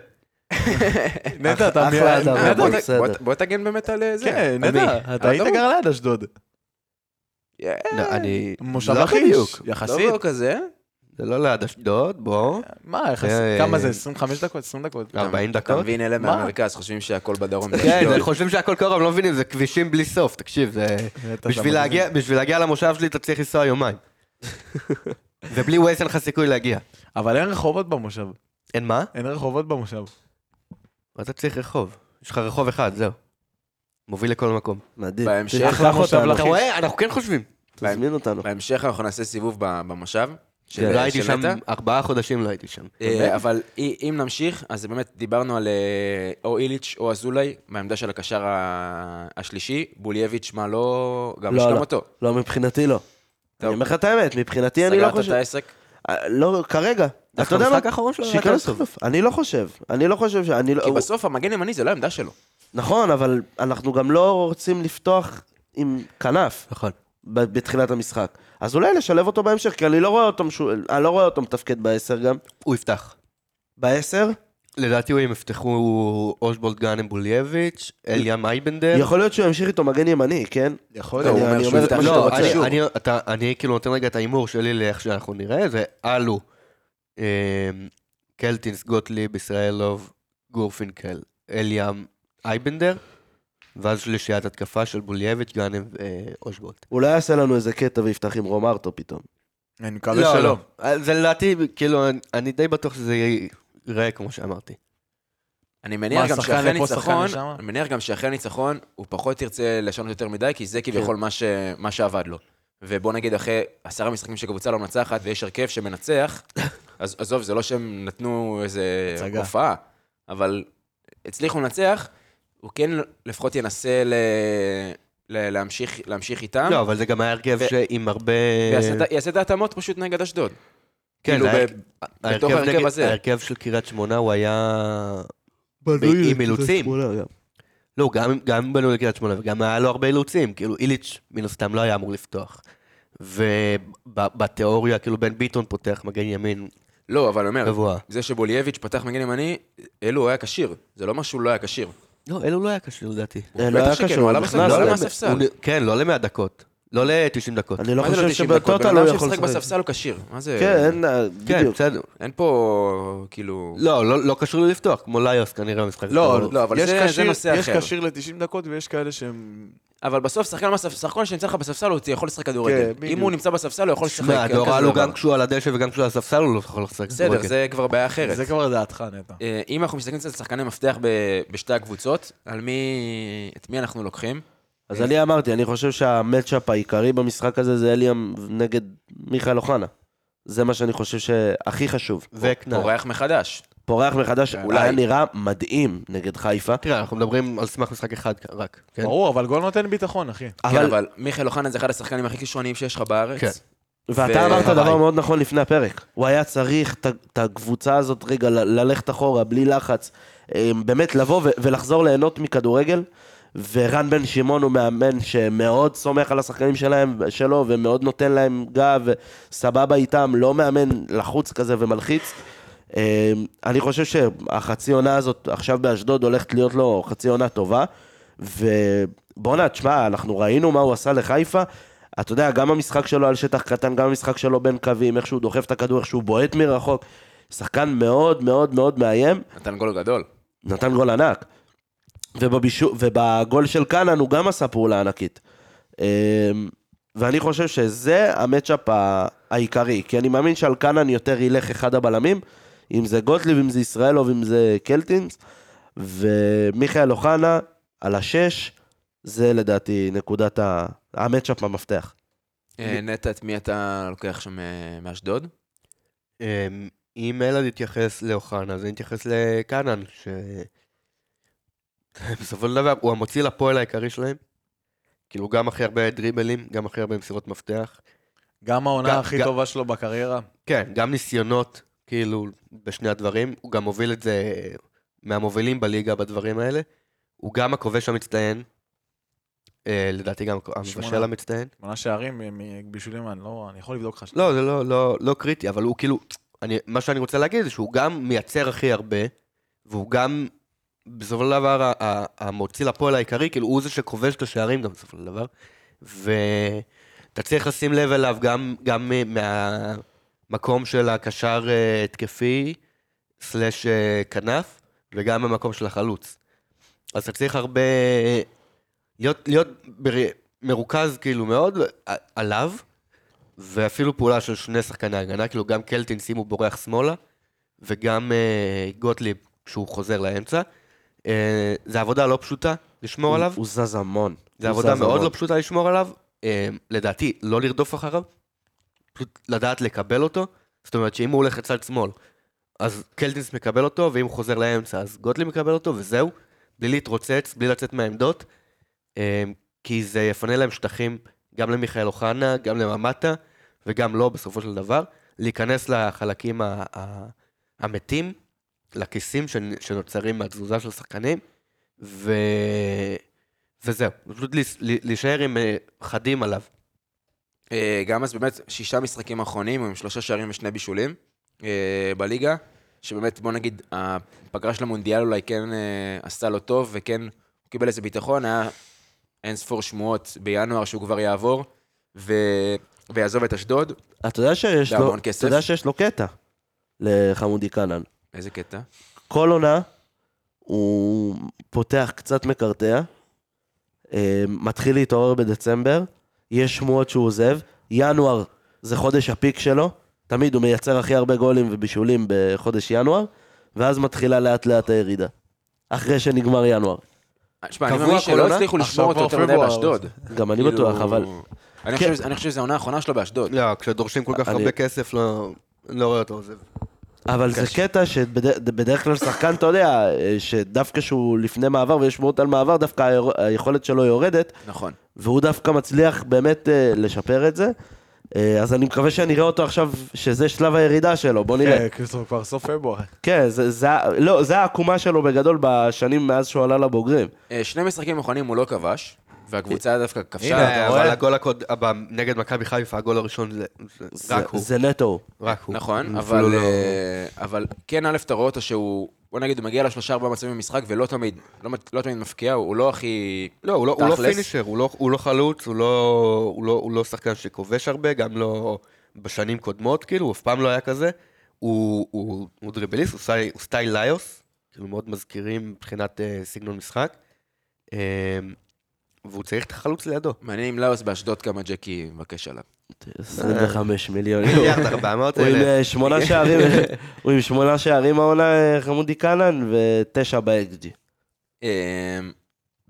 S5: נטע, אתה
S3: אחלה
S5: מ-
S3: אדם.
S5: נטע,
S1: אה, בוא
S3: אבל
S1: ת-
S3: בסדר.
S1: בוא- בוא תגן באמת על אה, זה.
S5: כן,
S1: אני-
S5: נטע, אתה היית
S1: אדום.
S5: גר ליד אשדוד.
S1: אה,
S4: לא, אני...
S5: מושב
S4: לא בדיוק.
S5: אחיש,
S1: לא
S5: יחסית.
S1: לא כזה.
S4: זה לא ליד אשדוד, בוא.
S5: מה,
S4: אה,
S5: יחסית? כמה
S4: אה,
S5: זה? 25 דקות? 20 דקות?
S4: 40
S1: אתה
S4: דקות.
S1: מבין, אלה
S5: מה?
S1: מהמרכז חושבים שהכל בדרום. זה
S4: כן,
S1: אשדוד.
S3: נכון.
S4: הם חושבים שהכל קרוב, לא מבינים, זה כבישים בלי סוף, תקשיב, זה...
S5: נטע,
S4: בשביל
S5: אתה
S4: להגיע- בשביל להגיע למושב שלי אתה צריך לנסוע יומיים. ובלי ווייז אין לך סיכוי להגיע.
S5: מבין. אבל אין רחובות במושב.
S4: אין מה?
S5: אין רחובות במושב.
S4: אתה צריך רחוב. יש לך רחוב אחד, זהו. מוביל לכל מקום.
S3: מדהים.
S1: בהמשך.
S3: תשלח
S5: אחלה מושב
S3: אותנו, לא,
S5: לכם.
S4: אתה רואה? אנחנו כן חושבים.
S3: תזמין אותנו.
S1: בהמשך אנחנו נעשה סיבוב ב- במושב.
S3: כן,
S1: של-
S4: לא הייתי
S1: של
S4: שם,
S3: אה,
S1: נטע.
S4: ארבעה חודשים לא הייתי שם.
S1: אה, אבל אי- אם נמשיך, אז באמת דיברנו על אה, או איליץ' או אזולאי, מהעמדה של הקשר ה- השלישי, בולייביץ', מה לא... גם
S3: לא,
S1: גם
S3: לא.
S1: אותו.
S3: לא, מבחינתי לא. אני אומר לך את האמת, מבחינתי אני לא
S1: סגרת את
S3: חושב...
S1: העסק?
S3: אה, לא, כרגע. אתה יודע מה?
S4: המשחק האחרון שלו היה
S3: שייכנס
S4: טוב.
S3: חלופה. אני לא חושב. אני לא חושב ש... אני לא...
S1: כי
S3: הוא-
S1: בסוף המגן ימני זה לא העמדה שלו.
S3: נכון, אבל אנחנו גם לא רוצים לפתוח עם כנף
S4: נכון.
S3: ב- בתחילת המשחק. אז אולי לשלב אותו בהמשך, כי אני לא רואה אותו, משו... אני לא רואה אותו מתפקד בעשר גם.
S4: הוא יפתח.
S3: בעשר?
S4: לדעתי הוא, אם יפתחו אושבולד גאנם בולייביץ', אליאם אייבנדר.
S3: יכול להיות שהוא ימשיך איתו מגן ימני, כן?
S5: יכול
S3: אני-
S1: כן. הוא אומר
S3: אני
S1: שהוא
S3: אומר את מה
S1: יפתח
S3: שאתה
S4: לא,
S3: רוצה.
S4: אני, אני, אתה, אני כאילו נותן רגע את ההימור שלי לאיך שאנחנו נראה, זה אלו, אמ, קלטינס, גוטליב, ישראלוב, גורפינקל, אליאם אייבנדר, ואז שלישיית התקפה של בולייביץ', גאנם אה, ואושבולט.
S3: אולי לא יעשה לנו איזה קטע ויפתח עם רומארטו פתאום.
S5: אני
S1: אה,
S5: מקווה שלא.
S4: לא, זה לדעתי, כאילו, אני- אני די בטוח שזה ייראה כמו שאמרתי.
S1: אני מניח גם
S5: שחקן
S1: שאחרי
S5: לפה, שחקן
S1: ניצחון,
S5: לשם?
S1: אני מניח גם שאחרי ניצחון, הוא פחות ירצה לשנות יותר מדי, כי
S5: כן.
S1: זה כביכול מה ש- מה שעבד לו. ובוא נגיד אחרי עשרה משחקים שקבוצה לא מנצחת, ויש הרכב שמנצח, אז עזוב, זה לא שהם נתנו איזה
S5: הצגה.
S1: הופעה, אבל הצליחו לנצח, הוא כן לפחות ינסה ל- ל- להמשיך להמשיך איתם,
S4: לא, אבל זה גם היה הרכב
S1: אה? ו-
S4: שעם הרבה...
S5: אה,
S1: ויעשה את ה- יעשה את ההתאמות פשוט נגד אשדוד.
S4: כן,
S1: כאילו,
S4: היה-
S1: ב-
S4: ההרכב
S1: ההרכב
S4: נגד-
S1: הזה.
S4: ההרכב של קריית שמונה הוא היה... עם אילוצים. לא, גם, גם בנו לקריית שמונה וגם היה לו הרבה אילוצים, כאילו איליץ' מן הסתם לא היה אמור לפתוח. ובתיאוריה, כאילו בן ביטון פותח מגן ימין
S1: לא, אבל אני אומר,
S4: גבוה.
S1: זה שבולייביץ' פתח מגן ימני, אלו הוא היה כשיר, זה לא אומר שהוא לא היה כשיר.
S4: לא, אלו לא היה קשור לדעתי.
S3: אה, לא היה
S1: בטח שכן,
S3: קשור,
S1: הוא
S3: הוא
S1: עלה בספסל,
S3: נכנס.
S1: הוא עלה
S4: לא,
S1: מהספסל.
S4: הוא- כן, לא ל-100 דקות. לא ל-90 דקות.
S3: אני לא
S1: מה זה
S3: חושב
S1: 90 דקות?
S3: שבטוטל
S1: בן
S3: הוא
S1: אדם
S3: יכול
S1: שמשחק
S3: לשחק.
S1: בספסל הוא כשיר. מה זה...
S3: כן, אין, אה,
S4: כן,
S3: בדיוק.
S4: בסדר.
S1: אין פה, כאילו...
S4: לא, לא- לא קשור לי לפתוח, כמו ליוס כנראה במשחק.
S5: לא,
S4: הקרוב.
S1: לא, אבל
S5: יש
S1: זה- זה
S5: כשיר-
S1: נושא
S5: יש
S1: אחר.
S5: כשיר ל-90 דקות ויש כאלה שהם...
S1: אבל בסוף שחקן בספ- שחקן שנמצא לך בספסל, הוא יכול לשחק כדורגל.
S5: בדיוק.
S1: אם הוא נמצא בספסל, הוא יכול לשחק
S4: שמע,
S1: כן, כזה
S4: דורל הוא
S1: דבר.
S4: גם כשהוא על הדשא וגם כשהוא על הספסל הוא לא יכול לשחק.
S1: בסדר,
S4: כדורגל.
S1: זה כבר בעיה אחרת.
S5: זה כבר דעתך, נטע.
S1: אה, אם אנחנו מסתכלים קצת על שחקני מפתח ב- בשתי הקבוצות, על מי... את מי אנחנו לוקחים?
S3: אז אני אמרתי, אני חושב שהמצ'אפ העיקרי במשחק הזה זה אליאם נגד מיכאל אוחנה. זה מה שאני חושב שהכי חשוב.
S4: וקנאי.
S1: אורח מחדש. כן,
S3: פורח מחדש,
S1: אולי.
S3: אולי היה נראה מדהים נגד חיפה.
S4: תראה, אנחנו מדברים על סמך משחק אחד רק. כן?
S1: אוקיי.
S5: ברור, אבל גול נותן ביטחון, אחי.
S1: אבל... כן,
S3: אבל,
S1: אבל מיכאל אוחנה זה אחד השחקנים הכי כישרוניים שיש לך בארץ.
S4: כן.
S3: ואתה אמרת
S4: וחבל.
S3: דבר מאוד נכון לפני הפרק. הוא היה צריך את ה- את הקבוצה הזאת רגע ל- ללכת אחורה, בלי לחץ. אה, באמת לבוא ו- ולחזור ליהנות מכדורגל. ורן בן שמעון הוא מאמן שמאוד סומך על השחקנים שלהם, שלו ומאוד נותן להם גב, סבבה איתם, לא מאמן לחוץ כזה ומלחיץ. אה, אני חושב שהחצי עונה הזאת עכשיו באשדוד הולכת להיות לו חצי עונה טובה. ובואנה, תשמע, אנחנו ראינו מה הוא עשה לחיפה. אתה יודע, גם המשחק שלו על שטח קטן, גם המשחק שלו בין קווים, איך שהוא דוחף את הכדור, איך שהוא בועט מרחוק. שחקן מאוד מאוד מאוד מאיים,
S1: נתן גול גדול.
S3: נתן גול ענק. ובבישו, ובגול של קאנן הוא גם עשה פעולה ענקית. אמ, ואני חושב שזה המצ'אפ ה- העיקרי, כי אני מאמין שעל קאנן יותר ילך אחד הבלמים, אם זה גוטליב, אם זה ישראלוב, אם זה קלטינס, ומיכאל אוחנה על השש, זה לדעתי נקודת ה- המצ'אפ המפתח.
S1: אה, נטע, את מי אתה לוקח שם אה, מאשדוד?
S4: אמ, אם אלעד יתייחס לאוחנה, אז אני אתייחס לקאנן, ש... בסופו של דבר, הוא המוציא לפועל העיקרי שלהם. כאילו, גם הכי הרבה דריבלים, גם הכי הרבה מסירות מפתח.
S5: גם
S4: גם-
S5: העונה הכי
S4: גם-
S5: טובה שלו בקריירה.
S4: כן, גם ניסיונות, כאילו, בשני הדברים. הוא גם מוביל את זה אה, מהמובילים בליגה בדברים האלה. הוא גם הכובש המצטיין. אה, לדעתי גם המבשל
S5: שמונה.
S4: המצטיין.
S5: שמונה שערים מ- מבישולים, אני לא... אני יכול לבדוק לך.
S4: לא, זה לא, לא, לא קריטי, אבל הוא כאילו, אני, מה שאני רוצה להגיד זה שהוא גם מייצר הכי הרבה, והוא גם, בסופו של דבר, ה- ה- המוציא לפועל העיקרי, כאילו הוא זה שכובש את השערים גם בסופו של דבר, ואתה צריך לשים לב אליו גם, גם מ- מהמקום של הקשר אה, התקפי, סלאש אה, כנף, וגם במקום של החלוץ. אז אתה צריך הרבה... להיות, להיות בר... מרוכז כאילו מאוד ע- עליו, ואפילו פעולה של שני שחקני הגנה, כאילו גם קלטינס אם הוא בורח שמאלה, וגם אה, גוטליב כשהוא חוזר לאמצע. אה, זו עבודה לא פשוטה לשמור עליו,
S3: הוא זז המון.
S4: זו
S3: הוא
S4: עבודה
S3: זז
S4: מאוד
S3: המון.
S4: לא פשוטה לשמור עליו. אה, לדעתי, לא לרדוף אחריו, פשוט לדעת לקבל אותו. זאת אומרת שאם הוא הולך לצד שמאל, אז קלטינס מקבל אותו, ואם הוא חוזר לאמצע, אז גוטליב מקבל אותו, וזהו. בלי להתרוצץ, בלי לצאת מהעמדות. אה, כי זה יפנה להם שטחים גם למיכאל אוחנה, גם לממטה, וגם לו בסופו של דבר, להיכנס לחלקים ה- ה- המתים, לכיסים שנ- שנוצרים מהתזוזה של שחקנים, ו... וזהו, פשוט להיס- להישאר עם אה, חדים עליו.
S1: אה, גם אז באמת, שישה משחקים אחרונים, הוא עם שלושה שערים ושני בישולים אה, בליגה, שבאמת, בוא נגיד, הפגרה של המונדיאל אולי כן אה, עשתה לו טוב, וכן, הוא קיבל איזה ביטחון, היה אין ספור שמועות בינואר שהוא כבר יעבור, ו... ויעזוב את אשדוד.
S4: לא-
S3: אתה יודע שיש לו,
S1: בהמון כסף.
S3: אתה יודע שיש לו קטע לחמודי כנען.
S1: איזה קטע.
S3: כל עונה הוא פותח קצת מקרטע, אה, מתחיל להתעורר בדצמבר, יש שמועות שהוא עוזב, ינואר זה חודש הפיק שלו, תמיד הוא מייצר הכי הרבה גולים ובישולים בחודש ינואר, ואז מתחילה לאט לאט הירידה. אחרי שנגמר ינואר.
S1: שמע, אני
S4: קבוע
S1: מאמין
S4: כל
S1: שלא
S4: עונה?
S1: הצליחו
S5: עכשיו
S1: לשמור אותו
S5: כבר
S1: יותר מדי
S5: פברואר.
S1: באשדוד.
S3: גם אני
S1: כאילו,
S3: בטוח, אבל...
S1: אני
S3: כן.
S1: חושב- אני חושב שזו העונה האחרונה שלו באשדוד.
S4: לא, כשדורשים כל כך
S3: אני-
S4: הרבה כסף, לא לא רואה אותו עוזב.
S3: אבל זה קטע שבדרך כלל שחקן, אתה יודע, אה, שדווקא שהוא לפני מעבר ויש שמועות על מעבר, דווקא היור- היכולת שלו יורדת,
S1: נכון.
S3: והוא דווקא מצליח באמת אה, לשפר את זה. אה, אז אני מקווה שאני אראה אותו עכשיו, שזה שלב הירידה שלו, בוא נראה.
S5: כן, כאילו, כבר סוף פברואר.
S3: כן, זה, זה, ה- לא, זה העקומה שלו בגדול בשנים מאז שהוא עלה לבוגרים.
S1: אה, שני משחקים האחרונים הוא לא כבש, והקבוצה דווקא כבשה.
S4: הנה, אה, אבל
S5: רואה?
S4: הגול הקוד... הבא, נגד מכבי חיפה, הגול הראשון זה... זה
S3: זה,
S4: רק הוא.
S3: זה נטו.
S4: רק הוא.
S1: נכון,
S4: הוא
S1: אבל,
S4: אפילו לא-
S1: אה, אבל כן, א', אתה רואה אותו שהוא, בוא נגיד, הוא מגיע לשלושה ארבעה מצבים במשחק, ולא תמיד, לא, מת- לא תמיד מפקיע, הוא לא הכי...
S4: לא, הוא לא, הוא לא
S1: תכלס.
S4: פינישר, הוא לא, הוא לא חלוץ, הוא לא, הוא, לא, הוא לא שחקן שכובש הרבה, גם לא בשנים קודמות, כאילו, הוא אף פעם לא היה כזה. הוא, הוא, הוא דריבליסט, הוא, סטייל- הוא סטייל ליוס, כאילו מאוד מזכירים מבחינת אה, סגנון משחק. אה, והוא צריך את החלוץ לידו.
S1: מעניין אם לאוס באשדוד כמה ג'קי מבקש עליו.
S3: 25 מיליון.
S4: מיליארד 400
S3: הוא עם
S4: אלף.
S3: אה, שמונה שערים, הוא עם שמונה שערים העונה, אה, חמודי קאנן, ותשע באקג'י,
S1: אמ,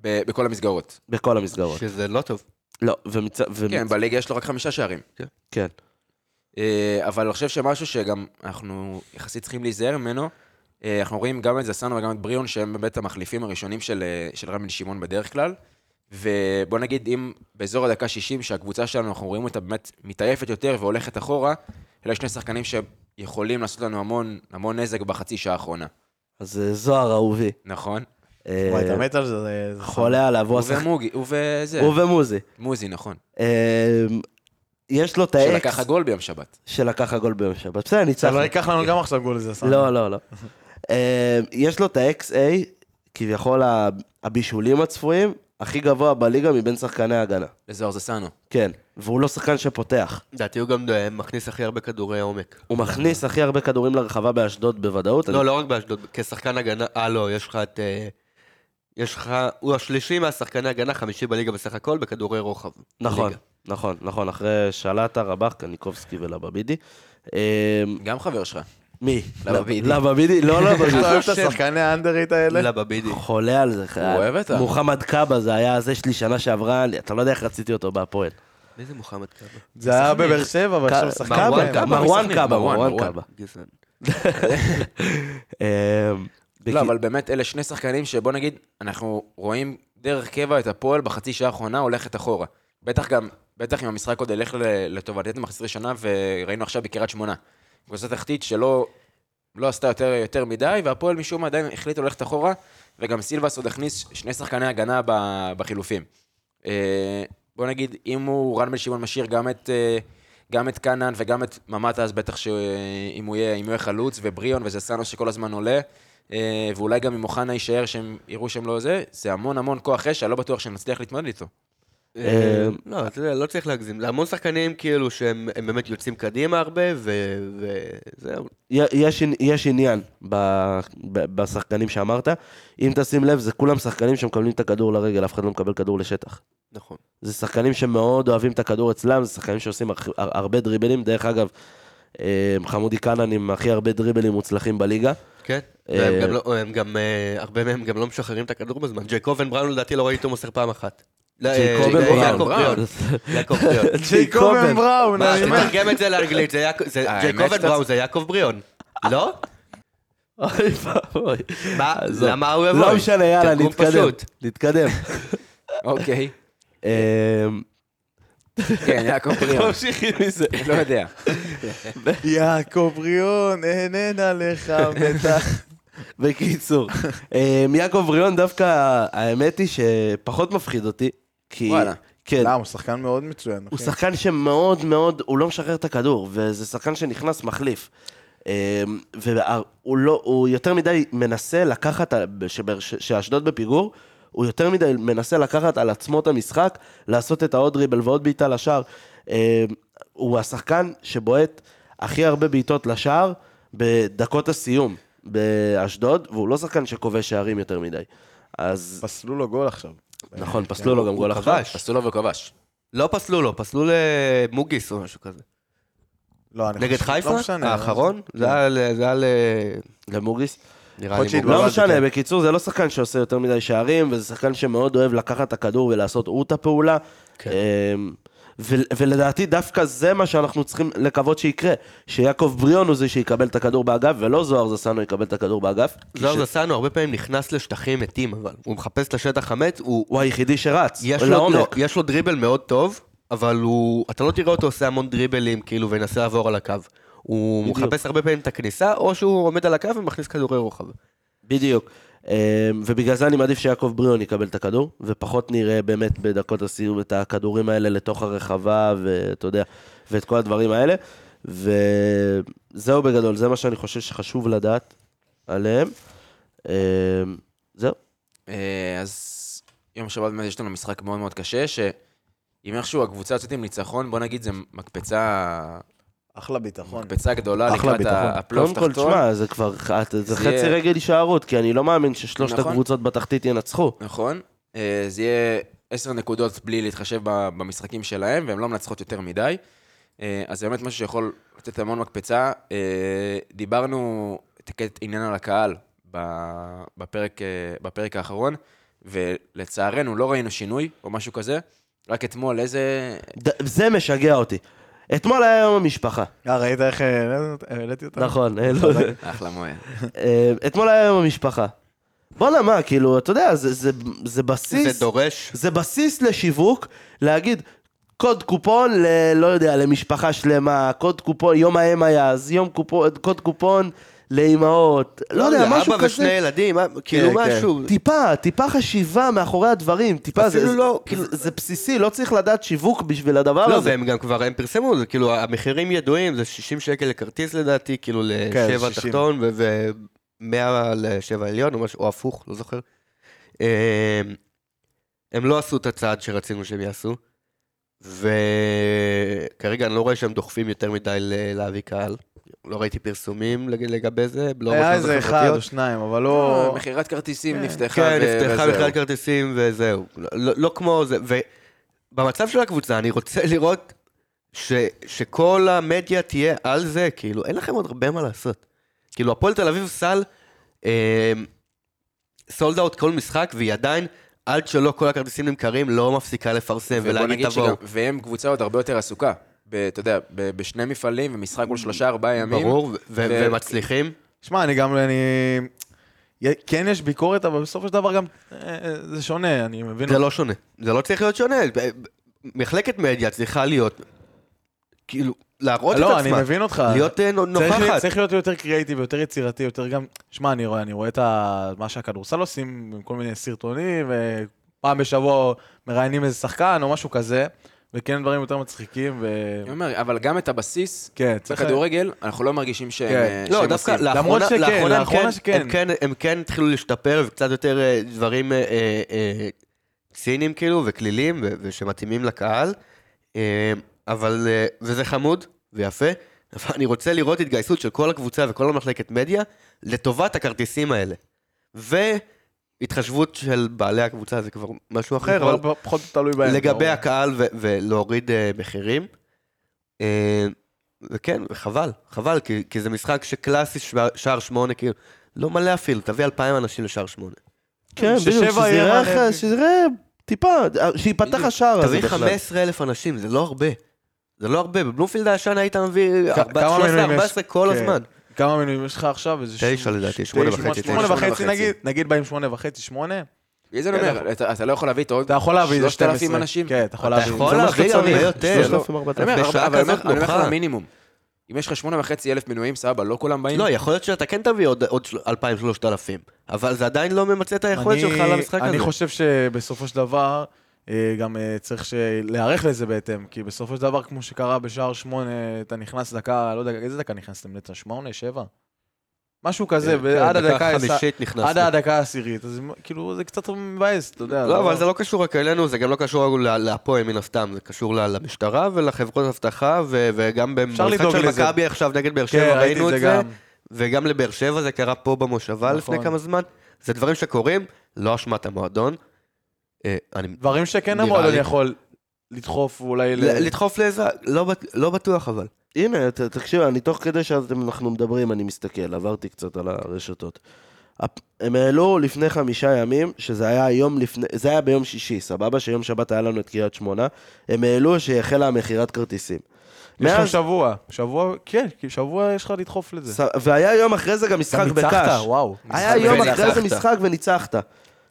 S1: ב- בכל המסגרות.
S3: בכל המסגרות.
S4: שזה לא טוב.
S3: לא, ומצד... ומצ-
S1: כן, בליגה יש לו רק חמישה שערים.
S3: כן.
S1: אה, אבל אני חושב שמשהו שגם אנחנו יחסית צריכים להיזהר ממנו, אה, אנחנו רואים גם את זסנו וגם את בריאון, שהם באמת המחליפים הראשונים של, אה, של רמי שמעון בדרך כלל. ובוא נגיד, אם באזור הדקה 60, שהקבוצה שלנו, אנחנו רואים אותה באמת מתעייפת יותר והולכת אחורה, אלה שני שחקנים שיכולים לעשות לנו המון, המון נזק בחצי שעה האחרונה.
S3: אז אה, זוהר אהובי.
S1: נכון?
S3: אה,
S5: וואי, אתה מת על זה, זה... זה
S3: חולה עליו, הוא השחק-
S1: ובמוגי, ובזה,
S3: הוא ומוזי.
S1: מוזי, נכון.
S3: אה, יש לו את האקס
S1: שלקח הגול ביום שבת.
S3: שלקח הגול ביום שבת. בסדר,
S5: אתה
S3: ניצחנו.
S5: לא ייקח לנו גם עכשיו גול לזה, סתם.
S3: לא, לא, לא. אה, יש לו את ה-XA, כביכול ה- הבישולים הצפויים, הכי גבוה בליגה מבין שחקני ההגנה.
S1: לזוהר זסנו.
S3: כן. והוא לא שחקן שפותח.
S4: לדעתי הוא גם אה, מכניס הכי הרבה כדורי עומק.
S3: הוא מכניס הכי הרבה כדורים לרחבה באשדוד בוודאות.
S4: לא, לא רק באשדוד, כשחקן הגנה, אה לא, יש לך את... אה, יש לך, הוא השלישי מהשחקני הגנה, חמישי בליגה בסך הכל, בכדורי רוחב.
S3: נכון,
S4: בליגה.
S3: נכון, נכון. אחרי שלטה, רבח, קניקובסקי ולבבידי. אה,
S1: גם חבר שלך.
S3: מי?
S1: לבבידי.
S3: לבבידי? לא, לא,
S5: אתה
S3: לבבידי.
S5: אוהב את השחקני האנדרית האלה?
S4: אלא בבידי.
S3: חולה על זה, חייל.
S1: אוהב את ה-
S3: מוחמד קאבה, זה היה זה שלי שנה שעברה, אני- אתה לא יודע איך רציתי אותו בהפועל.
S4: מי זה מוחמד קאבה?
S5: זה היה בבאר שבע, אבל עכשיו
S3: ק-
S5: שחקן
S4: מרואן
S5: בהם.
S4: קאבה.
S3: מרואן
S1: מסכנין,
S3: קאבה,
S1: מרואן,
S3: מרואן
S1: מרואן.
S3: קאבה.
S4: גזען.
S3: אמ, בכ-
S1: לא, אבל באמת, אלה שני שחקנים שבוא נגיד, אנחנו רואים דרך קבע את הפועל בחצי שעה האחרונה הולכת אחורה. בטח גם, בטח אם המשחק עוד ילך ל- לטובתנו מחצית ראשונה, וראינו עכשיו בקריית שמונה. קבוצה תחתית שלא לא עשתה יותר, יותר מדי, והפועל משום מה עדיין החליט ללכת אחורה, וגם סילבס עוד הכניס שני שחקני הגנה ב- בחילופים. אה, בוא נגיד, אם הוא רן בן שמעון משאיר גם את... אה, גם את קאנן וגם את ממ"טה, אז בטח שאם הוא יהיה, אם הוא יהיה חלוץ, ובריאון וזסנו שכל הזמן עולה, אה, ואולי גם אם אוחנה יישאר, שהם יראו שהם לא זה, זה המון המון כוח אש, אני לא בטוח שנצליח להתמודד איתו.
S4: אה, לא, אתה יודע, לא צריך להגזים. זה המון שחקנים כאילו שהם הם באמת יוצאים קדימה הרבה, ו- וזהו.
S3: י- יש עני- יש עניין ב- ב- בשחקנים שאמרת. אם תשים לב, זה כולם שחקנים שמקבלים את הכדור לרגל, אף אחד לא מקבל כדור לשטח.
S4: נכון.
S3: זה שחקנים שמאוד אוהבים את הכדור אצלם, זה שחקנים שעושים הכ- הר- הרבה דריבלים. דרך אגב, אמ, חמודי כנען עם הכי הרבה דריבלים מוצלחים בליגה.
S4: כן,
S3: אה,
S4: והם גם לא- הם גם, אה, הרבה מהם גם לא משחררים את הכדור בזמן. ג'ייקובן בראון לדעתי לא ראיתי אותו מוסר פעם אחת. לא, אה,
S3: ג'ייקובן
S4: אה,
S3: בראון.
S4: יעקב בראון. יעקב בריאון.
S5: ג'ייקובן בראון,
S4: מה,
S5: אני מת.
S4: תתרגם את זה לאנגלית, זה יעק- זה-
S1: האמת
S4: ג'ייקובן
S1: שאתה-
S4: בראון זה יעקב בריאון. לא?
S3: אוי ואבוי.
S4: מה?
S3: עזוב.
S4: למה הוא יבוא?
S3: לא משנה, יאללה,
S4: תרגום
S3: נתקדם.
S4: פשוט.
S3: נתקדם.
S1: אוקיי.
S3: אמ,
S1: כן, יעקב בריאון.
S3: ממשיכים מזה.
S1: לא יודע.
S5: יעקב בריאון, איננה לך בטח.
S3: בקיצור, אמ, יעקב בריאון דווקא, האמת היא שפחות מפחיד אותי. כי...
S1: וואלה.
S3: כן.
S5: למה, לא, הוא שחקן מאוד מצוין.
S3: הוא
S4: אוקיי.
S5: אחי.
S3: שחקן שמאוד מאוד, הוא לא משחרר את הכדור, וזה שחקן שנכנס מחליף. אמ, והוא לא, הוא יותר מדי מנסה לקחת, על- שבאר- ש- שאשדוד בפיגור, הוא יותר מדי מנסה לקחת על עצמו את המשחק, לעשות את העוד ריבל ועוד בעיטה לשער. אמ, הוא השחקן שבועט הכי הרבה בעיטות לשער בדקות הסיום באשדוד, והוא לא שחקן שכובש שערים יותר מדי. אז
S5: פסלו לו גול עכשיו.
S3: נכון, פסלו לו גם גול
S4: אה, כן, הוא
S3: אחר.
S4: כבש.
S1: עשו לו וכבש.
S4: לא פסלו לו, פסלו למוגיס או משהו כזה.
S5: לא, אני
S4: נגד
S5: חושב- לא
S4: חיפה?
S5: משנה,
S4: האחרון? זה היה ל- זה היה ל...
S3: למוגיס.
S4: נראה
S5: יכול
S4: לי
S5: להיות
S4: מוגיס.
S3: לא
S5: התבלבלתי,
S3: משנה,
S5: כן.
S3: בקיצור, זה לא שחקן שעושה יותר מדי שערים, וזה שחקן שמאוד אוהב לקחת את הכדור ולעשות הוא את הפעולה.
S4: כן.
S3: אמ, ו- ולדעתי דווקא זה מה שאנחנו צריכים לקוות שיקרה, שיעקב בריאון הוא זה שיקבל את הכדור באגף, ולא זוהר זסנו יקבל את הכדור באגף.
S4: זוהר זסנו הרבה פעמים נכנס לשטחים מתים, אבל הוא מחפש את השטח המת, הוא...
S3: הוא היחידי שרץ,
S4: יש לו, לא,
S3: לעומק.
S4: יש לו דריבל מאוד טוב, אבל הוא... אתה לא תראה אותו עושה המון דריבלים, כאילו, וינסה לעבור על הקו. הוא
S3: בדיוק.
S4: מחפש הרבה פעמים את הכניסה, או שהוא עומד על הקו ומכניס כדורי רוחב.
S3: בדיוק. אמ, ובגלל זה אני מעדיף שיעקב בריאון יקבל את הכדור, ופחות נראה באמת בדקות הסיום את הכדורים האלה לתוך הרחבה, ואתה יודע, ואת כל הדברים האלה. וזהו בגדול, זה מה שאני חושב שחשוב לדעת עליהם. אמ, זהו.
S1: אה, אז יום שבת באמת יש לנו משחק מאוד מאוד קשה, שאם איכשהו הקבוצה יוצאת עם ניצחון, בוא נגיד זה מקפצה,
S5: אחלה ביטחון.
S1: מקפצה גדולה
S5: אחלה
S1: לקראת
S5: ביטחון.
S1: ה- הפלייאוף
S3: קודם כל,
S1: תחתון.
S3: תשמע, זה כבר ח- זה
S1: זה
S3: חצי
S1: יהיה-
S3: רגל הישארות, כי אני לא מאמין ששלושת
S1: נכון.
S3: הקבוצות בתחתית ינצחו.
S1: נכון. אה, זה יהיה עשר נקודות בלי להתחשב ב- במשחקים שלהם, והן לא מנצחות יותר מדי. אה, אז זה באמת משהו שיכול לתת המון מקפצה. אה, דיברנו את הקט- עניין על הקהל ב- בפרק, אה, בפרק האחרון, ולצערנו לא ראינו שינוי או משהו כזה. רק אתמול איזה...
S3: ד- זה משגע אותי. אתמול היה יום המשפחה.
S5: אה, ראית איך אה, העליתי אותה?
S3: נכון, אה, לא-
S1: אחלה מועד.
S3: אה, אתמול היה יום המשפחה. בואנה מה, כאילו, אתה יודע, זה- זה- זה בסיס.
S4: זה דורש.
S3: זה בסיס לשיווק, להגיד קוד קופון ל... לא יודע, למשפחה שלמה, קוד קופון, יום האם היה, אז יום קופון, קוד קופון לאימהות, לא יודע, משהו
S4: אבא ושני
S3: כזה.
S4: ילדים, אה, כאילו
S5: כן.
S4: משהו.
S3: טיפה, טיפה חשיבה מאחורי הדברים, טיפה, זה,
S4: אפילו לא,
S3: זה, זה, זה בסיסי, לא צריך לדעת שיווק בשביל הדבר
S4: לא,
S3: הזה.
S4: והם גם כבר, הם פרסמו, זה כאילו, המחירים ידועים, זה 60 שקל לכרטיס לדעתי, כאילו
S5: כן,
S4: לשבע
S5: 60.
S4: תחתון ו-100 לשבע עליון, או משהו, או הפוך, לא זוכר. אמ, הם לא עשו את הצעד שרצינו שהם יעשו, וכרגע אני לא רואה שהם דוחפים יותר מדי ל- להביא קהל. לא ראיתי פרסומים לג- לגבי זה, לא
S5: היה
S4: ברשתות
S5: איזה אחד
S4: החברתיות.
S5: או שניים, אבל לא...
S1: מכירת כרטיסים
S5: כן.
S1: נפתחה.
S4: כן,
S1: ו-
S4: נפתחה
S1: אה, וזהו.
S4: בכלל כרטיסים וזהו. לא- לא לא כמו זה. ובמצב של הקבוצה, אני רוצה לראות ש- שכל המדיה תהיה על זה, כאילו, אין לכם עוד הרבה מה לעשות. כאילו, הפועל תל אביב סל סולד אאוט כל משחק, והיא עדיין, עד שלא כל הכרטיסים נמכרים, לא מפסיקה לפרסם
S1: ובוא
S4: ולהגיד
S1: נגיד שגם,
S4: תבואו.
S1: והם קבוצה עוד הרבה יותר עסוקה. ב- אתה יודע, ב- בשני מפעלים ומשחק מול שלושה, ארבעה ימים.
S4: Mm. ברור, ו- ו-
S1: ו-
S4: ומצליחים.
S5: שמע, אני גם, אני... יה- כן יש ביקורת, אבל בסופו של דבר גם אה, זה שונה, אני מבין.
S4: זה לא שונה. זה לא צריך להיות שונה. מחלקת מדיה צריכה להיות, כאילו, להראות את עצמה.
S5: לא, אני מבין אותך.
S4: להיות אה,
S5: צריך להיות-
S4: נוכחת.
S5: צריך להיות יותר קריאיטיב, יותר יצירתי, יותר גם... שמע, אני רואה, אני רואה את ה- מה שהכדורסל עושים, עם כל מיני סרטונים, ופעם בשבוע מראיינים איזה שחקן או משהו כזה, וכן דברים יותר מצחיקים, ו...
S1: אני אומר, אבל גם את הבסיס,
S5: כן, צריך...
S1: בכדורגל, אנחנו לא מרגישים שהם
S5: כן.
S1: שהם
S4: לא,
S1: עושים.
S4: דווקא
S5: למרות
S4: לאחרונה,
S5: שכן,
S4: לאחרונה הם
S5: לאחרונה
S4: כן-
S5: שכן.
S4: הם כן, הם כן התחילו להשתפר וקצת יותר אה, דברים אה, אה, אה, ציניים כאילו וכלילים ו- ושמתאימים לקהל, אה, אבל, אה, וזה חמוד ויפה, אבל אני רוצה לראות התגייסות של כל הקבוצה וכל המחלקת מדיה לטובת הכרטיסים האלה. והתחשבות של בעלי הקבוצה זה כבר משהו
S5: זה
S4: אחר,
S5: כבר
S4: אבל
S5: פחות תלוי בהם.
S4: נכון. לגבי
S5: כן, ברור.
S4: הקהל ו- ולהוריד אה, מחירים. אה, וכן, וחבל, חבל, כי, כי זה משחק שקלאסי ש- שער שמונה, כאילו, לא מלא אפילו, תביא אלפיים אנשים לשער שמונה.
S3: כן,
S5: ששבע
S3: בדיוק, שזה
S5: יהיה
S3: יראה
S5: מלא.
S3: לך, שזה יראה טיפה, אה, שיפתח
S4: בדיוק.
S5: לא,
S3: השער הזה
S4: תביא
S3: בכלל.
S4: 15 אלף אנשים, זה לא הרבה. זה לא הרבה, בבלומפילד הישן היית מביא
S5: כ- כמה מנויים יש?
S4: 13-14 כל
S5: כן.
S4: הזמן.
S5: כמה מנויים יש לך עכשיו? איזה
S4: תשע
S5: שמונה-
S4: לדעתי, שמונה
S5: תשע,
S4: וחצי,
S5: שמונה
S4: תשע.
S5: וחצי
S1: וחצי.
S5: נגיד, נגיד באים שמונה וחצי, שמונה,
S1: זה
S4: כן,
S1: אני
S4: נכון.
S1: אומר, אתה- אתה לא יכול להביא את עוד
S5: אתה יכול להביא איזה
S1: 3,000
S5: 12.
S1: אנשים.
S5: כן, אתה יכול
S4: אתה
S5: להביא.
S4: יכול
S5: זה מה
S4: להביא
S5: שאתה
S4: גם
S5: צריך.
S4: יותר. לא?
S5: שלוש-
S3: 3,000,
S1: אני אומר,
S3: 4,000.
S4: בשעה
S1: אבל אני
S4: כזאת
S1: אומר אני אומר לך
S4: נוחה.
S1: למינימום. אם יש לך 8,500 אלף מנויים, סבבה, לא כולם באים.
S4: לא, יכול להיות שאתה כן תביא עוד 2,000-3,000, אבל זה עדיין לא ממצה את היכולת שלך
S5: אני-
S4: למשחק הזה.
S5: אני חושב שבסופו של דבר, אה, גם אה, צריך ש- להיערך לזה בהתאם, כי בסופו של דבר, כמו שקרה בשער שמונה, אתה נכנס דקה, לא יודע, איזה דקה נכנסתם? לצע שמונה, שבע? משהו כזה,
S4: כן,
S5: עד
S4: דקה
S5: הדקה העש-
S4: חמישית נכנסנו.
S5: עד הדקה העשירית, אז כאילו זה קצת מבאס, אתה יודע.
S4: לא, אבל זה לא קשור רק אלינו, זה גם לא קשור ל- להפועל מן הסתם, זה קשור ל- למשטרה ולחברות אבטחה, ו- וגם במשחק
S5: לדאוג
S4: של
S5: לזה.
S4: מכבי עכשיו נגד באר
S5: כן,
S4: שבע,
S5: ראיתי
S4: ראינו
S5: את זה גם.
S4: וגם לבאר שבע זה קרה פה במושבה לפני
S5: נכון.
S4: כמה זמן. זה דברים שקורים, לא אשמת המועדון. אה, אני...
S5: דברים שכן
S4: נראה
S5: המועדון
S4: לי.
S5: יכול לדחוף אולי ל...
S4: ל- לדחוף לעזרה, לא בט- לא בטוח אבל.
S3: הנה, ת- תקשיב, אני תוך כדי שאנחנו מדברים, אני מסתכל, עברתי קצת על הרשתות. הפ- הם העלו לפני חמישה ימים, שזה היה יום לפני, זה היה ביום שישי, סבבה? שיום שבת היה לנו את קריית שמונה. הם העלו שהחלה המכירת כרטיסים.
S5: יש לך
S3: מאז-
S5: שבוע. שבוע, כן, כי שבוע יש לך לדחוף לזה.
S3: ס- והיה יום אחרי זה גם
S5: גם
S3: משחק
S5: ניצחת,
S3: בקאש.
S5: וואו.
S3: היה
S1: משחק
S3: יום
S1: וניצחת.
S3: אחרי זה משחק וניצחת.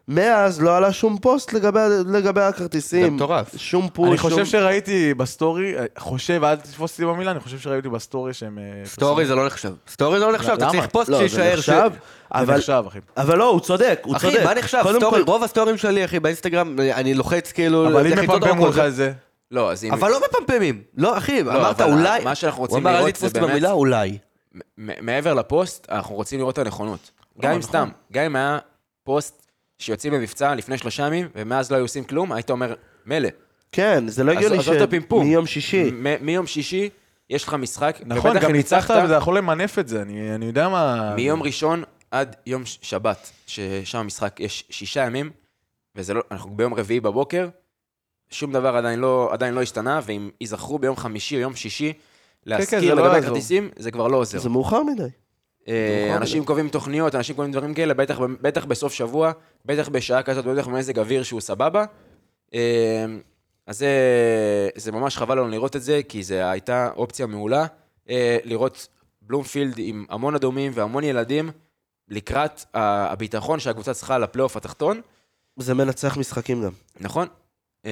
S3: מאז לא עלה שום פוסט לגבי, לגבי הכרטיסים.
S4: זה מטורף.
S3: שום פוש.
S5: אני חושב
S3: שום...
S5: שראיתי בסטורי, אה, חושב, אל תתפוס אותי במילה, אני חושב שראיתי בסטורי שהם... אה,
S4: סטורי זה לא נחשב. סטורי זה לא נחשב, אתה
S5: למה?
S4: צריך פוסט
S3: לא, זה
S4: שיישאר. ש-
S3: נחשב,
S5: פרסמו. זה
S3: אבל,
S5: נחשב, אחי.
S3: אבל לא, הוא צודק, הוא צודק.
S4: אחי, מה נחשב?
S3: קודם
S4: סטורי,
S3: כל-
S4: רוב הסטורים שלי, אחי, באינסטגרם, אני- אני לוחץ כאילו...
S5: אבל אם
S4: לחיצות
S5: מפמפם
S4: ארוכות.
S5: לך את זה...
S1: לא, אז אם...
S4: אבל לא מפמפמים. לא, אחי, אמרת
S1: אבל
S4: אולי...
S1: מה שאנחנו רוצים
S4: הוא אמר, אל
S1: לראות זה
S4: תתפוס
S1: באמת-
S4: במילה אולי.
S1: מ- מעבר לפוסט, אנחנו רוצים לראות את הנכונות.
S4: לא,
S1: גם
S4: נכון.
S1: אם סתם, גם אם היה פוסט שיוצאים במבצע לפני שלושה ימים, ומאז לא היו עושים כלום, היית אומר, מילא.
S3: כן, זה לא
S1: אז-
S3: הגיוני
S1: אז זאת הפמפום.
S3: שמיום שישי.
S1: מ- מיום שישי יש לך משחק,
S5: נכון,
S1: ובטח
S5: גם
S1: אם
S5: ניצחת, וזה יכול למנף את זה, אני אני יודע מה... אה,
S1: מיום ראשון עד יום ש- שבת, ששם המשחק יש שישה ימים, וזה לא, אנחנו ביום רביעי בבוקר, שום דבר עדיין לא, עדיין לא השתנה, ואם ייזכרו ביום חמישי או יום שישי
S5: כן, זה
S1: להזכיר
S5: לא
S1: לגבי
S5: יעזור.
S1: כרטיסים, זה כבר לא עוזר.
S3: זה מאוחר מדי.
S1: אה,
S3: מאוחר
S1: אנשים קובעים תוכניות, אנשים קובעים דברים כאלה, בטח, בטח בסוף שבוע, בטח בשעה כזאת, בטח במזג אוויר שהוא סבבה. אה, אז זה, זה ממש חבל לנו לראות את זה, כי זו הייתה אופציה מעולה, אה, לראות בלומפילד עם המון אדומים והמון ילדים לקראת ה- הביטחון שהקבוצה צריכה לפלייאוף התחתון,
S3: זה מנצח משחקים גם.
S1: נכון? אה,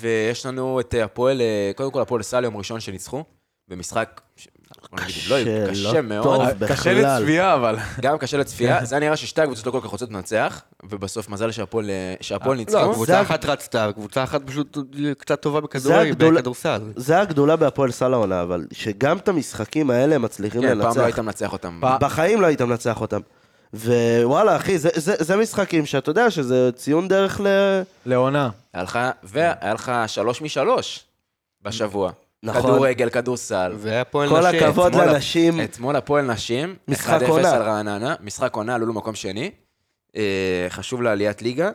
S1: ויש לנו את אה, הפועל, אה, קודם כל הפועל סל יום ראשון שניצחו, במשחק, ש- בוא נגיד, לא,
S3: קשה,
S1: קשה
S3: לא
S1: מאוד.
S3: טוב.
S5: קשה
S3: בכלל.
S5: לצביעה, אבל.
S1: גם קשה
S3: כן.
S1: לצפייה, זה היה נראה ששתי הקבוצות לא כל כך רוצות לנצח, ובסוף מזל שהפועל אה, שהפועל
S4: לא,
S1: ניצחו.
S4: קבוצה
S3: זה-
S4: אחת רצתה, קבוצה אחת פשוט קצת טובה
S3: זה
S4: בכדורגל,
S3: הגדול-
S4: בכדורסל.
S3: זה הגדולה בהפועל סל העונה, אבל שגם את המשחקים האלה הם מצליחים
S1: כן, פעם לא
S3: לנצח.
S1: היית מנצח אותם.
S5: פעם-
S3: בחיים לא היית מנצח אותם. ווואלה, אחי, זה, זה, זה משחקים שאתה יודע שזה ציון דרך ל...
S5: לעונה.
S1: היה לך, והיה לך שלוש משלוש בשבוע.
S3: נכון.
S1: כדורגל, כדורסל.
S4: והיה פועל
S3: כל
S4: נשי.
S3: הכבוד
S1: אתמול-
S3: לנשים.
S1: אתמול הפועל נשים, 1-0
S3: משחק עונה.
S1: על רעננה, משחק עונה, עלו למקום שני. אה, חשוב לעליית ליגה,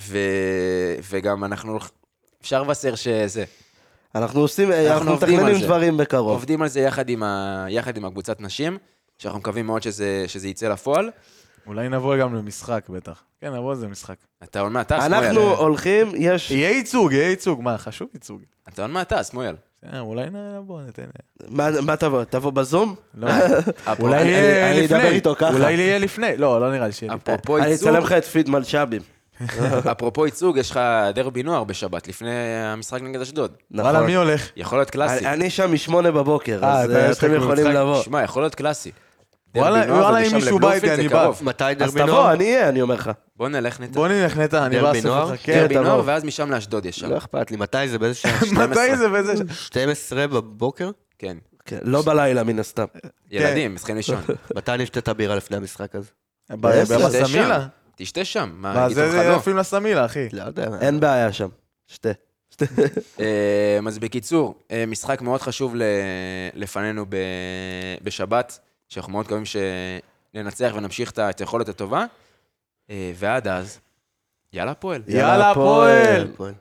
S1: ו- וגם אנחנו, אפשר לבשר שזה.
S3: אנחנו עושים, אנחנו
S1: עובדים על
S3: מתכננים
S1: זה.
S3: דברים בקרוב.
S1: עובדים על זה יחד עם, ה... יחד עם הקבוצת נשים, שאנחנו מקווים מאוד שזה, שזה יצא לפועל.
S5: אולי נבוא גם למשחק, בטח. כן, נבוא לזה משחק.
S1: אתה עוד מעט טס, מויאל.
S3: אנחנו הולכים, יש...
S5: יהיה ייצוג, יהיה ייצוג. מה, חשוב ייצוג.
S1: אתה עוד מעט טס, מויאל.
S5: אה, אולי נבוא, ניתן...
S3: מה מה תבוא? תבוא בזום?
S5: לא.
S3: אולי
S5: אני-
S3: אני- אני
S5: לפני.
S3: אדבר איתו ככה.
S5: אולי יהיה לפני. לא, לא נראה לי שיהיה לפני.
S1: אפרופו
S3: אני
S1: ייצוג,
S3: אצלם לך את פיד מלש"בים.
S1: אפרופו ייצוג, יש לך דרבי נוער בשבת, לפני המשחק נגד אשדוד.
S3: נכון.
S5: וואלה, מי הולך?
S1: יכול להיות קלאסי.
S3: אני אני שם משמונה בבוקר,
S5: אה,
S3: אז
S5: אתה
S3: אה,
S5: יש לך
S3: אתם
S5: כבר
S3: יכולים
S5: משחק?
S3: לבוא.
S1: שמע, יכול להיות קלאסי.
S5: וואלה,
S1: דרבי נוער
S5: וואלה, אם
S1: ומשם
S5: מישהו בא
S1: לבלומפילד
S5: איתי,
S1: זה
S5: אני
S1: קרוב.
S4: מתי
S3: אז
S4: דרבי
S3: תבוא,
S4: נוער?
S3: אני אהיה, אני אומר לך.
S1: בוא נלך נטע.
S5: בוא נלך נטע, אני
S4: דרבי
S5: בא לאסוף
S4: נוער?
S5: אותך. כן,
S1: דרבי
S3: תבוא.
S1: נוער, ואז משם לאשדוד ישר.
S4: לא אכפת לי, מתי זה? באיזה שעה?
S5: מתי זה וזה? ש-
S4: 12 בבוקר?
S1: כן.
S3: כן, לא בלילה, מן הסתם.
S1: ילדים, צריכים לישון.
S4: מתי אני אשתה את הבירה לפני המשחק הזה?
S5: ב-
S3: בעשר,
S1: תשתה
S5: במסמילה?
S1: שם. תשתה שם, מה,
S5: מה,
S1: יגידו
S5: זה
S1: לך
S5: זה
S1: לא?
S5: אפילו לסמילה, אחי.
S4: לא יודע.
S3: אין בעיה שם. שתה. שתה.
S1: אה, אז בקיצור, אה, משחק מאוד חשוב ל- לפנינו ב- בשבת, שאנחנו מאוד מקווים שננצח ונמשיך את ה- את היכולת הטובה. אה, ועד אז, יאללה הפועל.
S5: יאללה, הפועל.